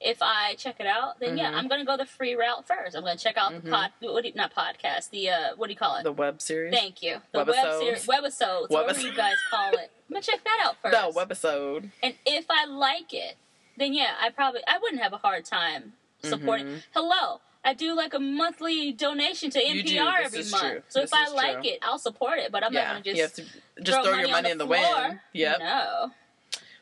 Speaker 2: If I check it out, then yeah,
Speaker 1: Mhm.
Speaker 2: I'm gonna go the free route first. I'm gonna check out the
Speaker 1: Mhm.
Speaker 2: pod, what do you, not podcast, the uh, what do you call it?
Speaker 1: The web series.
Speaker 2: Thank you. The web
Speaker 1: Webisodes.
Speaker 2: series, webisodes, whatever
Speaker 1: Webis-
Speaker 2: you guys
Speaker 1: *laughs*
Speaker 2: call it. I'm gonna check that out first.
Speaker 1: The webisode.
Speaker 2: and if I like it, then yeah, I probably I wouldn't have a hard time supporting.
Speaker 1: Mhm.
Speaker 2: Hello, I do like a monthly donation to
Speaker 1: You do.
Speaker 2: NPR
Speaker 1: This
Speaker 2: every
Speaker 1: is
Speaker 2: month.
Speaker 1: true.
Speaker 2: So if
Speaker 1: This
Speaker 2: I
Speaker 1: is
Speaker 2: like
Speaker 1: true.
Speaker 2: it, I'll support it. But I'm
Speaker 1: yeah,
Speaker 2: not gonna
Speaker 1: you have
Speaker 2: just
Speaker 1: to just throw, your money in the, wind. Yep.
Speaker 2: No.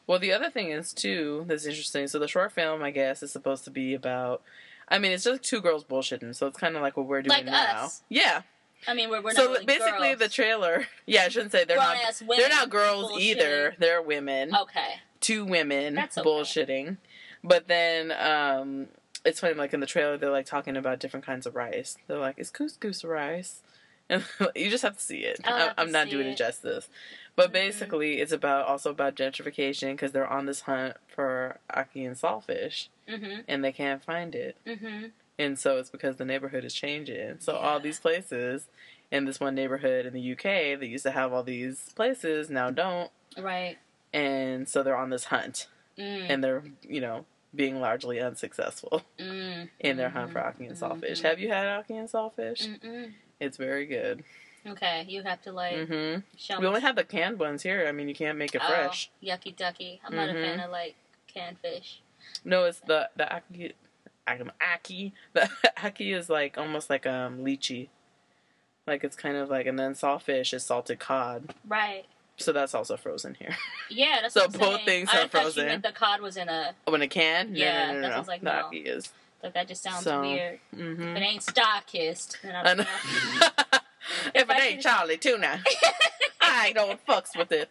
Speaker 1: Well, the other thing is too that's interesting. So the short film, I guess, is supposed to be about. I mean, it's just two girls bullshitting, so it's kind of like what we're doing
Speaker 2: Like
Speaker 1: now.
Speaker 2: us.
Speaker 1: Yeah.
Speaker 2: I mean, we're, we're
Speaker 1: so
Speaker 2: not really
Speaker 1: basically,
Speaker 2: girls.
Speaker 1: the trailer. *laughs* Yeah, I shouldn't say they're not.
Speaker 2: Grown-ass women
Speaker 1: They're not girls
Speaker 2: bullshitting. Oh,
Speaker 1: either. They're women.
Speaker 2: Okay.
Speaker 1: two women
Speaker 2: That's okay.
Speaker 1: bullshitting. But then um it's funny, like in the trailer they're like talking about different kinds of rice. They're like, Is couscous rice? *laughs* And you just have to see it.
Speaker 2: I'll
Speaker 1: I,
Speaker 2: have to
Speaker 1: I'm not
Speaker 2: see
Speaker 1: doing
Speaker 2: it.
Speaker 1: it justice. But
Speaker 2: Mhm.
Speaker 1: basically, it's about also about gentrification because they're on this hunt for Aki and Sawfish
Speaker 2: Mhm.
Speaker 1: and they can't find it.
Speaker 2: Mhm.
Speaker 1: And so it's because the neighborhood is changing. So all
Speaker 2: Yeah.
Speaker 1: these places in this one neighborhood in the UK that used to have all these places now don't.
Speaker 2: Right.
Speaker 1: And so they're on this hunt
Speaker 2: Mm.
Speaker 1: and they're you know being largely unsuccessful
Speaker 2: Mm.
Speaker 1: in their hunt for Aki and sawfish.
Speaker 2: Mhm.
Speaker 1: Have you had Aki and sawfish?
Speaker 2: Mm-mm.
Speaker 1: It's very good.
Speaker 2: mm-hmm. Okay. You have to like
Speaker 1: hmm
Speaker 2: show
Speaker 1: We
Speaker 2: me.
Speaker 1: only have the canned ones here. I mean, you can't make it
Speaker 2: Oh,
Speaker 1: fresh. Mm-hmm.
Speaker 2: Yucky ducky. I'm not a fan of like canned fish.
Speaker 1: No, it's the the Aki. Aki- Aki. *laughs* The Aki is like almost like um lychee. Like it's kind of like, and then sawfish is salted cod.
Speaker 2: Right.
Speaker 1: So that's also frozen here. *laughs*
Speaker 2: Yeah. That's
Speaker 1: So
Speaker 2: what I'm
Speaker 1: both
Speaker 2: saying.
Speaker 1: things
Speaker 2: I
Speaker 1: are
Speaker 2: thought You
Speaker 1: frozen.
Speaker 2: meant the cod was in a.
Speaker 1: Oh, in a can? No, no,
Speaker 2: Yeah,
Speaker 1: no, no.
Speaker 2: that
Speaker 1: no.
Speaker 2: sounds like
Speaker 1: the
Speaker 2: no.
Speaker 1: Aki is.
Speaker 2: Like that just sounds
Speaker 1: So-
Speaker 2: weird.
Speaker 1: hmm
Speaker 2: If it ain't star kissed, then I
Speaker 1: *laughs*
Speaker 2: don't know.
Speaker 1: if
Speaker 2: I
Speaker 1: it ain't
Speaker 2: could-
Speaker 1: Charlie Tuna, I don't fucks with it.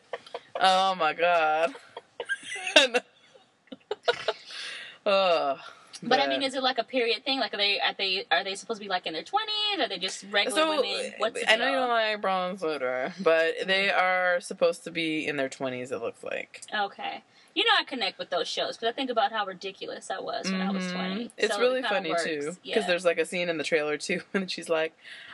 Speaker 1: Oh my god. *laughs* Ugh.
Speaker 2: But, I mean, is it like a period thing? Like, are they are they are they supposed to be like in their twenties? Are they just regular
Speaker 1: so uh,
Speaker 2: women? What's the
Speaker 1: I know you don't
Speaker 2: deal?
Speaker 1: like bronze litter, but they are supposed to be in their twenties. It looks like
Speaker 2: Okay, you know I connect with those shows because I think about how ridiculous I was when I was
Speaker 1: Mhm.
Speaker 2: twenty.
Speaker 1: It's
Speaker 2: So it
Speaker 1: really
Speaker 2: kinda
Speaker 1: funny
Speaker 2: works.
Speaker 1: too, because
Speaker 2: Yeah.
Speaker 1: there's like a scene in the trailer too, *laughs* and she's like,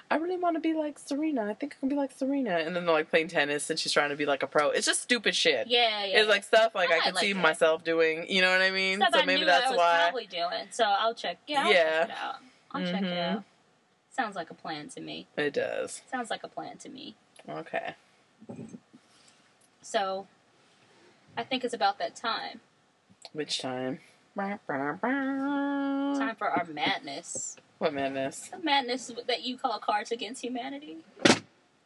Speaker 1: "I really want to be like Serena. I think I can be like Serena." And then they're like playing tennis, and she's trying to be like a pro. It's just stupid shit.
Speaker 2: yeah, yeah.
Speaker 1: It's like stuff like
Speaker 2: I
Speaker 1: I, could
Speaker 2: like
Speaker 1: see
Speaker 2: that.
Speaker 1: myself doing. You know what I mean?
Speaker 2: stuff
Speaker 1: so
Speaker 2: I
Speaker 1: maybe
Speaker 2: knew
Speaker 1: that's
Speaker 2: I was
Speaker 1: why.
Speaker 2: probably doing. So I'll check. Yeah, I'll
Speaker 1: Yeah.
Speaker 2: check it out. I'll check it
Speaker 1: Mhm.
Speaker 2: out. Sounds like a plan to me.
Speaker 1: It does.
Speaker 2: Sounds like a plan to me.
Speaker 1: Okay.
Speaker 2: So I think it's about that time.
Speaker 1: Which time?
Speaker 2: Time for our madness.
Speaker 1: What madness?
Speaker 2: The madness that you call Cards Against Humanity?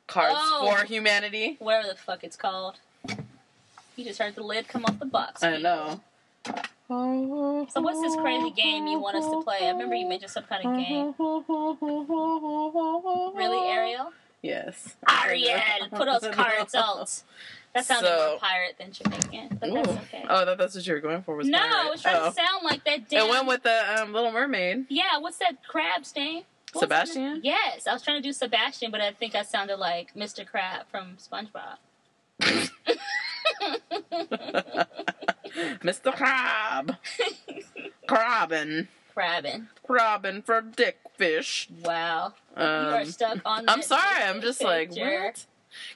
Speaker 1: Cards
Speaker 2: Oh.
Speaker 1: for humanity.
Speaker 2: Whatever the fuck it's called. You just heard the lid come off the box.
Speaker 1: I
Speaker 2: people.
Speaker 1: know.
Speaker 2: So what's this crazy game you want us to play? I remember you mentioned some kind of game. Really, Ariel?
Speaker 1: Yes.
Speaker 2: Ariel, put those
Speaker 1: *laughs*
Speaker 2: cards out. That sounded
Speaker 1: So-
Speaker 2: more pirate than Jamaican, but that's
Speaker 1: Ooh.
Speaker 2: okay.
Speaker 1: Oh, I thought that's what you were going for. Was
Speaker 2: no,
Speaker 1: pirate.
Speaker 2: I was trying
Speaker 1: oh.
Speaker 2: to sound like that damn.
Speaker 1: It went with the um, Little Mermaid.
Speaker 2: yeah, what's that crab's name? What's his
Speaker 1: Sebastian?
Speaker 2: name? Yes, I was trying to do Sebastian, but I think I sounded like Mr. Crab from SpongeBob.
Speaker 1: *laughs* Mr. Crab. Crabbing.
Speaker 2: Crabbing.
Speaker 1: Crabbing for dickfish.
Speaker 2: Wow. you are
Speaker 1: Um,
Speaker 2: stuck on.
Speaker 1: I'm
Speaker 2: that
Speaker 1: sorry.
Speaker 2: *laughs*
Speaker 1: I'm just like,
Speaker 2: picture.
Speaker 1: what?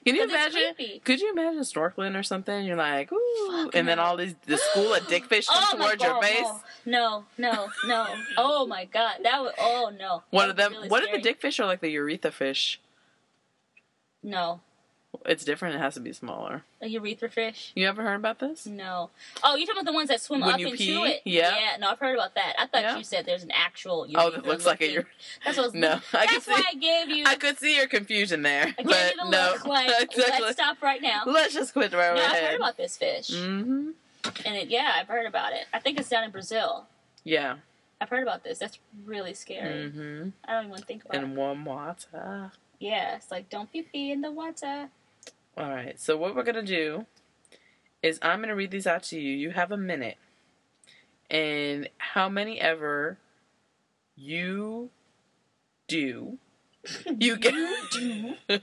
Speaker 1: Can you
Speaker 2: 'Cause it's
Speaker 1: imagine?
Speaker 2: creepy.
Speaker 1: Could you imagine snorkeling or something? You're like, ooh,
Speaker 2: Fuck
Speaker 1: and then
Speaker 2: no.
Speaker 1: all these the school of dickfish comes
Speaker 2: *gasps* Oh my
Speaker 1: towards your
Speaker 2: God,
Speaker 1: face.
Speaker 2: No, no, no. no. Oh my god, that would. Oh no.
Speaker 1: One of them.
Speaker 2: That would be really
Speaker 1: what
Speaker 2: scary.
Speaker 1: if the dickfish are like the urethra fish?
Speaker 2: No,
Speaker 1: It's different. It has to be smaller.
Speaker 2: a urethra fish.
Speaker 1: You ever heard about this?
Speaker 2: No. Oh, you're talking about the ones that swim
Speaker 1: When
Speaker 2: up
Speaker 1: you
Speaker 2: into
Speaker 1: pee?
Speaker 2: it.
Speaker 1: Yeah.
Speaker 2: Yeah. No, I've heard about that. I thought
Speaker 1: Yeah.
Speaker 2: you said there's an actual.
Speaker 1: Oh,
Speaker 2: urethra
Speaker 1: that looks like a
Speaker 2: looking-
Speaker 1: urethra.
Speaker 2: That's what I was
Speaker 1: No, *laughs* I can
Speaker 2: That's why
Speaker 1: see.
Speaker 2: I gave you.
Speaker 1: I could see your confusion there,
Speaker 2: I gave
Speaker 1: but
Speaker 2: you the
Speaker 1: no. *laughs*
Speaker 2: look like,
Speaker 1: Exactly.
Speaker 2: let's stop right now.
Speaker 1: *laughs*
Speaker 2: No,
Speaker 1: Let's just quit right
Speaker 2: I've
Speaker 1: ahead.
Speaker 2: heard about this fish,
Speaker 1: hmm
Speaker 2: and it, yeah, I've heard about it. I think it's down in Brazil.
Speaker 1: Yeah.
Speaker 2: I've heard about this. That's really scary.
Speaker 1: Mm-hmm.
Speaker 2: I don't even want to think about it.
Speaker 1: And warm water.
Speaker 2: Yeah, it's like don't pee pee in the water.
Speaker 1: All right. So what we're gonna do is I'm gonna read these out to you. You have a minute, and how many ever you
Speaker 2: *laughs*
Speaker 1: do, you get *laughs*
Speaker 2: do.
Speaker 1: *laughs*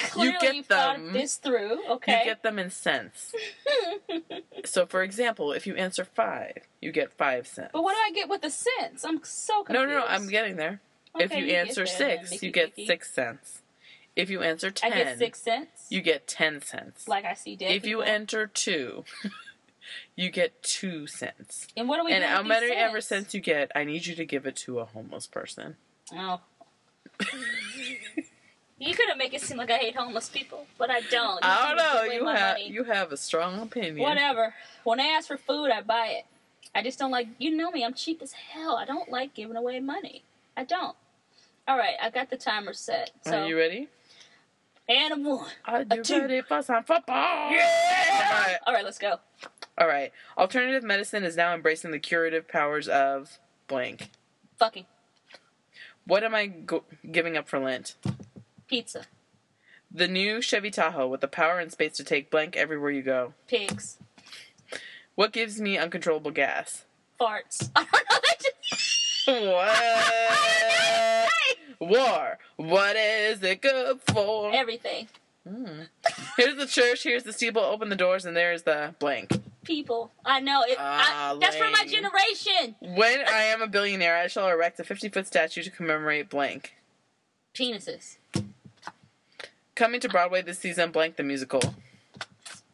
Speaker 1: You
Speaker 2: Clearly,
Speaker 1: get
Speaker 2: you've thought
Speaker 1: them.
Speaker 2: this through. Okay.
Speaker 1: You get them in cents. so, for example, if you answer five, you get five cents.
Speaker 2: *laughs* but what do I get with the cents? I'm so
Speaker 1: no,
Speaker 2: confused.
Speaker 1: no, no, I'm getting there. if
Speaker 2: Okay,
Speaker 1: you,
Speaker 2: get
Speaker 1: answer
Speaker 2: there then,
Speaker 1: six,
Speaker 2: Mickey
Speaker 1: you get
Speaker 2: Mickey.
Speaker 1: six cents. If you answer ten,
Speaker 2: I get six cents.
Speaker 1: you get ten cents.
Speaker 2: like I see dead.
Speaker 1: if you
Speaker 2: people.
Speaker 1: enter two, *laughs* you get two cents.
Speaker 2: and what do we
Speaker 1: and
Speaker 2: do
Speaker 1: how
Speaker 2: with these
Speaker 1: many ever
Speaker 2: cents?
Speaker 1: cents you get, I need you to give it to a homeless person.
Speaker 2: Oh. *laughs* You're gonna make it seem like I hate homeless people, but I don't. You
Speaker 1: I don't
Speaker 2: just
Speaker 1: know.
Speaker 2: give away
Speaker 1: You
Speaker 2: my
Speaker 1: have
Speaker 2: money.
Speaker 1: you have a strong opinion.
Speaker 2: Whatever. When I ask for food, I buy it. I just don't like. You know me. I'm cheap as hell. I don't like giving away money. I don't. All right. I got the timer set. So
Speaker 1: Are you ready?
Speaker 2: and I'm one.
Speaker 1: Are you
Speaker 2: two.
Speaker 1: ready for some football? All right.
Speaker 2: All right. Let's go.
Speaker 1: All right. Alternative medicine is now embracing the curative powers of blank.
Speaker 2: Fucking
Speaker 1: What am I go- giving up for Lent?
Speaker 2: pizza.
Speaker 1: The new Chevy Tahoe with the power and space to take blank everywhere you go.
Speaker 2: Pigs.
Speaker 1: What gives me uncontrollable gas? *laughs*
Speaker 2: Farts. *laughs* I don't know. That just.
Speaker 1: What? War. What is it good for?
Speaker 2: Everything.
Speaker 1: Mm. Here's the church. Here's the steeple. Open the doors, and there's the blank.
Speaker 2: People. I know. It,
Speaker 1: Ah,
Speaker 2: I, that's for my
Speaker 1: lame.
Speaker 2: generation.
Speaker 1: When I am a billionaire, I shall erect a 50 foot statue to commemorate blank.
Speaker 2: Penises.
Speaker 1: Coming to Broadway this season, blank the musical.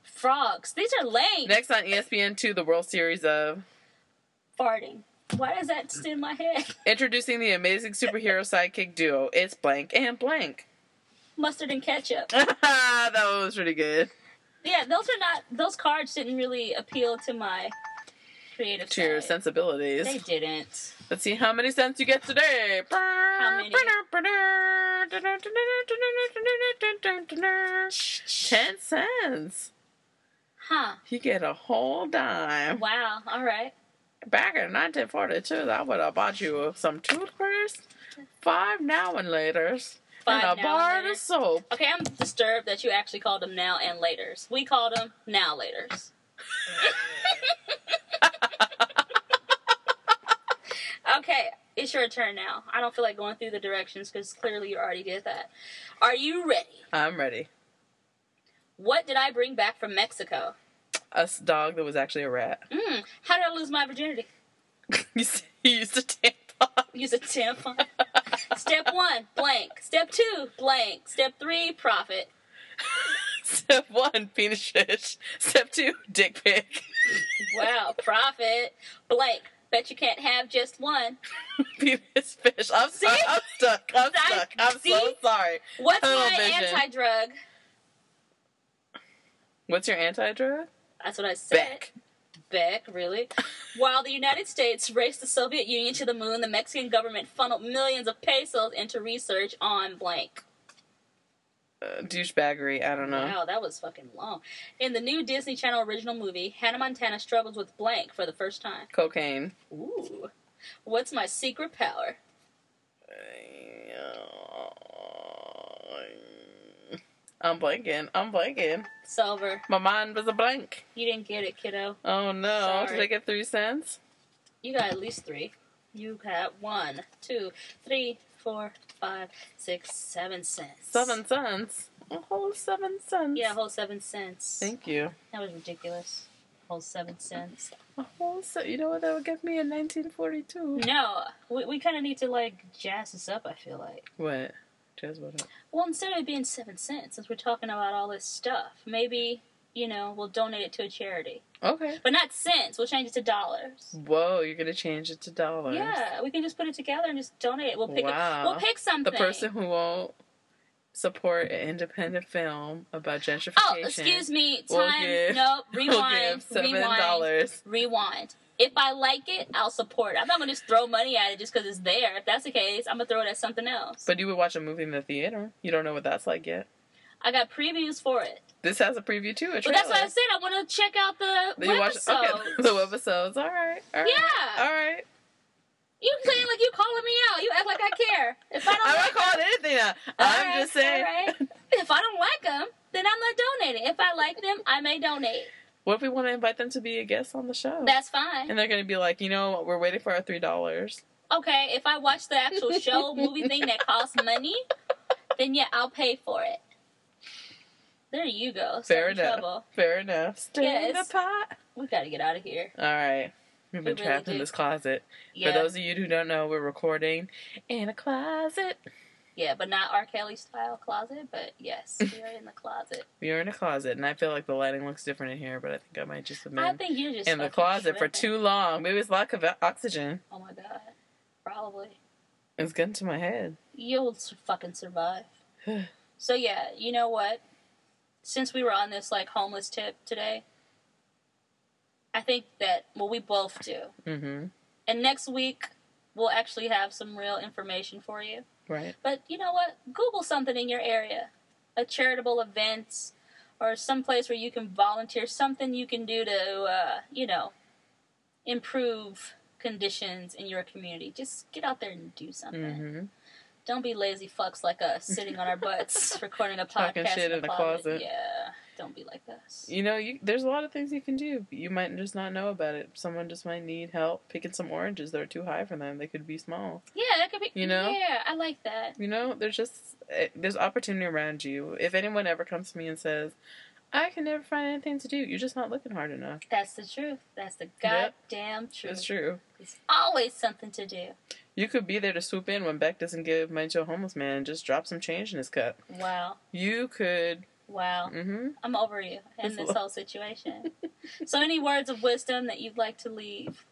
Speaker 2: Frogs. These are lame.
Speaker 1: Next on E ESPN two, the World Series of
Speaker 2: Farting. Why does that just in my head? *laughs*
Speaker 1: introducing the amazing superhero sidekick duo. It's blank and blank. *laughs*
Speaker 2: Mustard and ketchup.
Speaker 1: that one was pretty good.
Speaker 2: Yeah, those are not. Those cards didn't really appeal to my creative.
Speaker 1: To your
Speaker 2: side.
Speaker 1: sensibilities.
Speaker 2: They didn't.
Speaker 1: Let's see how many cents you get today. How
Speaker 2: many?
Speaker 1: Ten cents.
Speaker 2: Huh.
Speaker 1: You get a whole dime.
Speaker 2: Wow. All right.
Speaker 1: Back in 1942, I would have bought you some toothpaste, five now and laters,
Speaker 2: Five
Speaker 1: and a
Speaker 2: now
Speaker 1: bar
Speaker 2: and
Speaker 1: of
Speaker 2: laters.
Speaker 1: soap.
Speaker 2: Okay, I'm disturbed that you actually called them now and laters. We called them now *laughs* laters. it's your turn now. I don't feel like going through the directions because clearly you already did that. Are you ready?
Speaker 1: I'm ready.
Speaker 2: What did I bring back from Mexico?
Speaker 1: A s- dog that was actually a rat. *laughs*
Speaker 2: Mm, how did I lose my virginity?
Speaker 1: You s- you used a tampon. *laughs*
Speaker 2: Use a tampon. Step one, blank. Step two, blank. Step three, profit.
Speaker 1: Step one, penis fish. Step two, dick pic.
Speaker 2: Wow, profit. Blank. Bet you can't have just one.
Speaker 1: penis fish. I'm sorry.
Speaker 2: See?
Speaker 1: I'm stuck. I'm
Speaker 2: I-
Speaker 1: stuck. I'm so
Speaker 2: see?
Speaker 1: sorry.
Speaker 2: What's
Speaker 1: Tunnel
Speaker 2: my
Speaker 1: vision.
Speaker 2: anti-drug?
Speaker 1: What's your anti-drug?
Speaker 2: That's what I said.
Speaker 1: Beck.
Speaker 2: Beck,
Speaker 1: *laughs*
Speaker 2: really? While the United States raced the Soviet Union to the moon, the Mexican government funneled millions of pesos into research on blank.
Speaker 1: Uh, douchebaggery. I don't know.
Speaker 2: Wow, that was fucking long. In the new Disney Channel original movie, Hannah Montana struggles with blank for the first time.
Speaker 1: Cocaine.
Speaker 2: Ooh. What's my secret power?
Speaker 1: I'm blanking. I'm blanking.
Speaker 2: Solver.
Speaker 1: My mind was a blank.
Speaker 2: You didn't get it, kiddo.
Speaker 1: Oh no. Did
Speaker 2: Sorry.
Speaker 1: I get three cents?
Speaker 2: You got at least three. You got one, two, three, four, five, six, seven cents.
Speaker 1: Seven cents. A whole seven cents.
Speaker 2: Yeah, whole seven cents.
Speaker 1: Thank you.
Speaker 2: That was ridiculous. Whole seven cents.
Speaker 1: A whole se- You know what that would give me in 1942?
Speaker 2: No, we, we kind of need to like jazz this up. I feel like.
Speaker 1: What? Just what? up?
Speaker 2: Well, instead of it being seven cents, since we're talking about all this stuff, maybe you know we'll donate it to a charity,
Speaker 1: Okay.
Speaker 2: but not cents. We'll change it to dollars.
Speaker 1: Whoa, you're gonna change it to dollars.
Speaker 2: Yeah, we can just put it together and just donate it. We'll pick.
Speaker 1: Wow.
Speaker 2: A, we'll pick something.
Speaker 1: The person who won't support an independent film about gentrification.
Speaker 2: Oh, excuse me.
Speaker 1: We'll
Speaker 2: Time.
Speaker 1: give-
Speaker 2: no,
Speaker 1: *laughs* will
Speaker 2: rewind.
Speaker 1: give seven
Speaker 2: rewind.
Speaker 1: dollars.
Speaker 2: Rewind. If I like it, I'll support it. I'm not gonna just throw money at it just because it's there. If that's the case, I'm gonna throw it at something else.
Speaker 1: But you would watch a movie in the theater. You don't know what that's like yet.
Speaker 2: I got previews for it.
Speaker 1: This has a preview too. A
Speaker 2: But
Speaker 1: trailer.
Speaker 2: that's what I said. I want to check out the
Speaker 1: That you watch-
Speaker 2: episode.
Speaker 1: okay, *laughs* the webisodes. All right. All right.
Speaker 2: Yeah,
Speaker 1: All right.
Speaker 2: you playing like you calling me out. You act like I care. If I don't,
Speaker 1: I'm
Speaker 2: like
Speaker 1: not calling anything out. I'm
Speaker 2: right,
Speaker 1: just saying.
Speaker 2: all right. if I don't like them, then I'm not donating. If I like them, I may donate.
Speaker 1: *laughs* What if we want to invite them to be a guest on the show?
Speaker 2: That's fine.
Speaker 1: and they're going to be like, you know, what? we're waiting for our three dollars.
Speaker 2: Okay, if I watch the actual show movie thing that costs money, then yeah, I'll pay for it. There you go.
Speaker 1: Fair
Speaker 2: Starting
Speaker 1: enough.
Speaker 2: Trouble.
Speaker 1: Fair enough. Stir
Speaker 2: Yes.
Speaker 1: the pot.
Speaker 2: We got to get out of here.
Speaker 1: All right. We've been
Speaker 2: We really
Speaker 1: trapped in
Speaker 2: do.
Speaker 1: this closet.
Speaker 2: Yeah,
Speaker 1: For those of you who don't know, we're recording in a closet.
Speaker 2: yeah, but not R. Kelly style closet. But
Speaker 1: *laughs*
Speaker 2: yes, we are in the closet.
Speaker 1: We are in a closet, and I feel like the lighting looks different in here, but I think I might just have
Speaker 2: I
Speaker 1: been
Speaker 2: think you're just
Speaker 1: in the
Speaker 2: fucking
Speaker 1: closet for
Speaker 2: tripping.
Speaker 1: too long. Maybe it's lack of o- oxygen.
Speaker 2: Oh my god, probably.
Speaker 1: It's getting to my head.
Speaker 2: You'll s-
Speaker 1: *sighs*
Speaker 2: fucking survive. so yeah, you know what? Since we were on this like homeless tip today, I think that well we both do.
Speaker 1: Mm-hmm.
Speaker 2: And next week we'll actually have some real information for you.
Speaker 1: Right.
Speaker 2: But you know what? Google something in your area, a charitable event, or some place where you can volunteer, something you can do to, uh, you know, improve conditions in your community. Just get out there and do something.
Speaker 1: Mm-hmm.
Speaker 2: Don't be lazy fucks like us, sitting on
Speaker 1: *laughs*
Speaker 2: our butts, recording a podcast
Speaker 1: Talking shit in
Speaker 2: in, the
Speaker 1: the
Speaker 2: closet.
Speaker 1: closet.
Speaker 2: Yeah, don't be like us.
Speaker 1: You know, you, there's a lot of things you can do. But you might just not know about it. Someone just might need help picking some oranges that are too high for them. They could be small.
Speaker 2: Yeah, that could be.
Speaker 1: You know?
Speaker 2: Yeah, I like that.
Speaker 1: You know, there's just eh, there's opportunity around you. If anyone ever comes to me and says, "I can never find anything to do," you're just not looking hard enough.
Speaker 2: That's the truth. That's the
Speaker 1: Yep.
Speaker 2: goddamn truth.
Speaker 1: It's true.
Speaker 2: There's always something to do.
Speaker 1: You could be there to swoop in when Beck doesn't give money to a homeless man and just drop some change in his cup.
Speaker 2: Wow.
Speaker 1: You could.
Speaker 2: Wow.
Speaker 1: Mm-hmm.
Speaker 2: I'm over you in
Speaker 1: This
Speaker 2: this
Speaker 1: lo-
Speaker 2: whole situation. so, any words of wisdom that you'd like to leave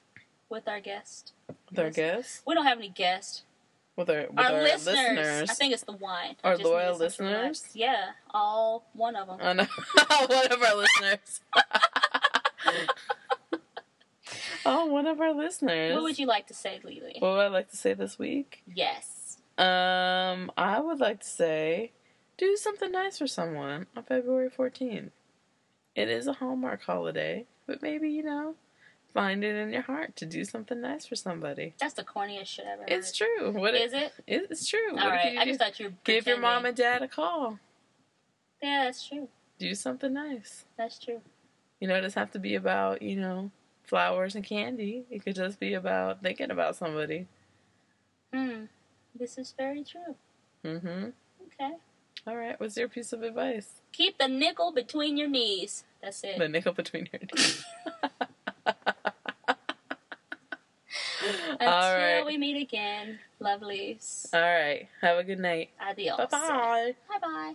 Speaker 2: with our guest?
Speaker 1: With our
Speaker 2: Yes.
Speaker 1: guests,
Speaker 2: We don't have any guest.
Speaker 1: with our with
Speaker 2: Our,
Speaker 1: our,
Speaker 2: listeners,
Speaker 1: listeners.
Speaker 2: I think it's the wine. I
Speaker 1: Our
Speaker 2: just need
Speaker 1: loyal
Speaker 2: something to relax.
Speaker 1: listeners?
Speaker 2: Yeah, all one of them.
Speaker 1: *laughs* I know. *laughs* one of our listeners. *laughs* oh, one of our listeners.
Speaker 2: What would you like to say, Lily?
Speaker 1: What would I like to say this week?
Speaker 2: yes.
Speaker 1: Um, I would like to say, do something nice for someone on February 14th. It is a Hallmark holiday, but maybe you know, find it in your heart to do something nice for somebody.
Speaker 2: That's the corniest shit I've ever heard.
Speaker 1: It's true. What
Speaker 2: Is
Speaker 1: it,
Speaker 2: it?
Speaker 1: it's true.
Speaker 2: all
Speaker 1: What
Speaker 2: right.
Speaker 1: could you
Speaker 2: I
Speaker 1: do?
Speaker 2: just thought you were
Speaker 1: give your
Speaker 2: pretending.
Speaker 1: mom and dad a call.
Speaker 2: Yeah, that's true.
Speaker 1: Do something nice.
Speaker 2: That's true.
Speaker 1: You know, it doesn't have to be about, you know, flowers and candy. It could just be about thinking about somebody.
Speaker 2: Hmm. This is very true.
Speaker 1: Mm-hmm.
Speaker 2: Okay.
Speaker 1: All right. What's your piece of advice?
Speaker 2: Keep the nickel between your knees. That's it. *laughs*
Speaker 1: The nickel between your *laughs* teeth.
Speaker 2: Until
Speaker 1: All right. Uh,
Speaker 2: we meet again, lovelies.
Speaker 1: All right. Have a good night.
Speaker 2: Adios.
Speaker 1: Bye bye.
Speaker 2: Bye bye.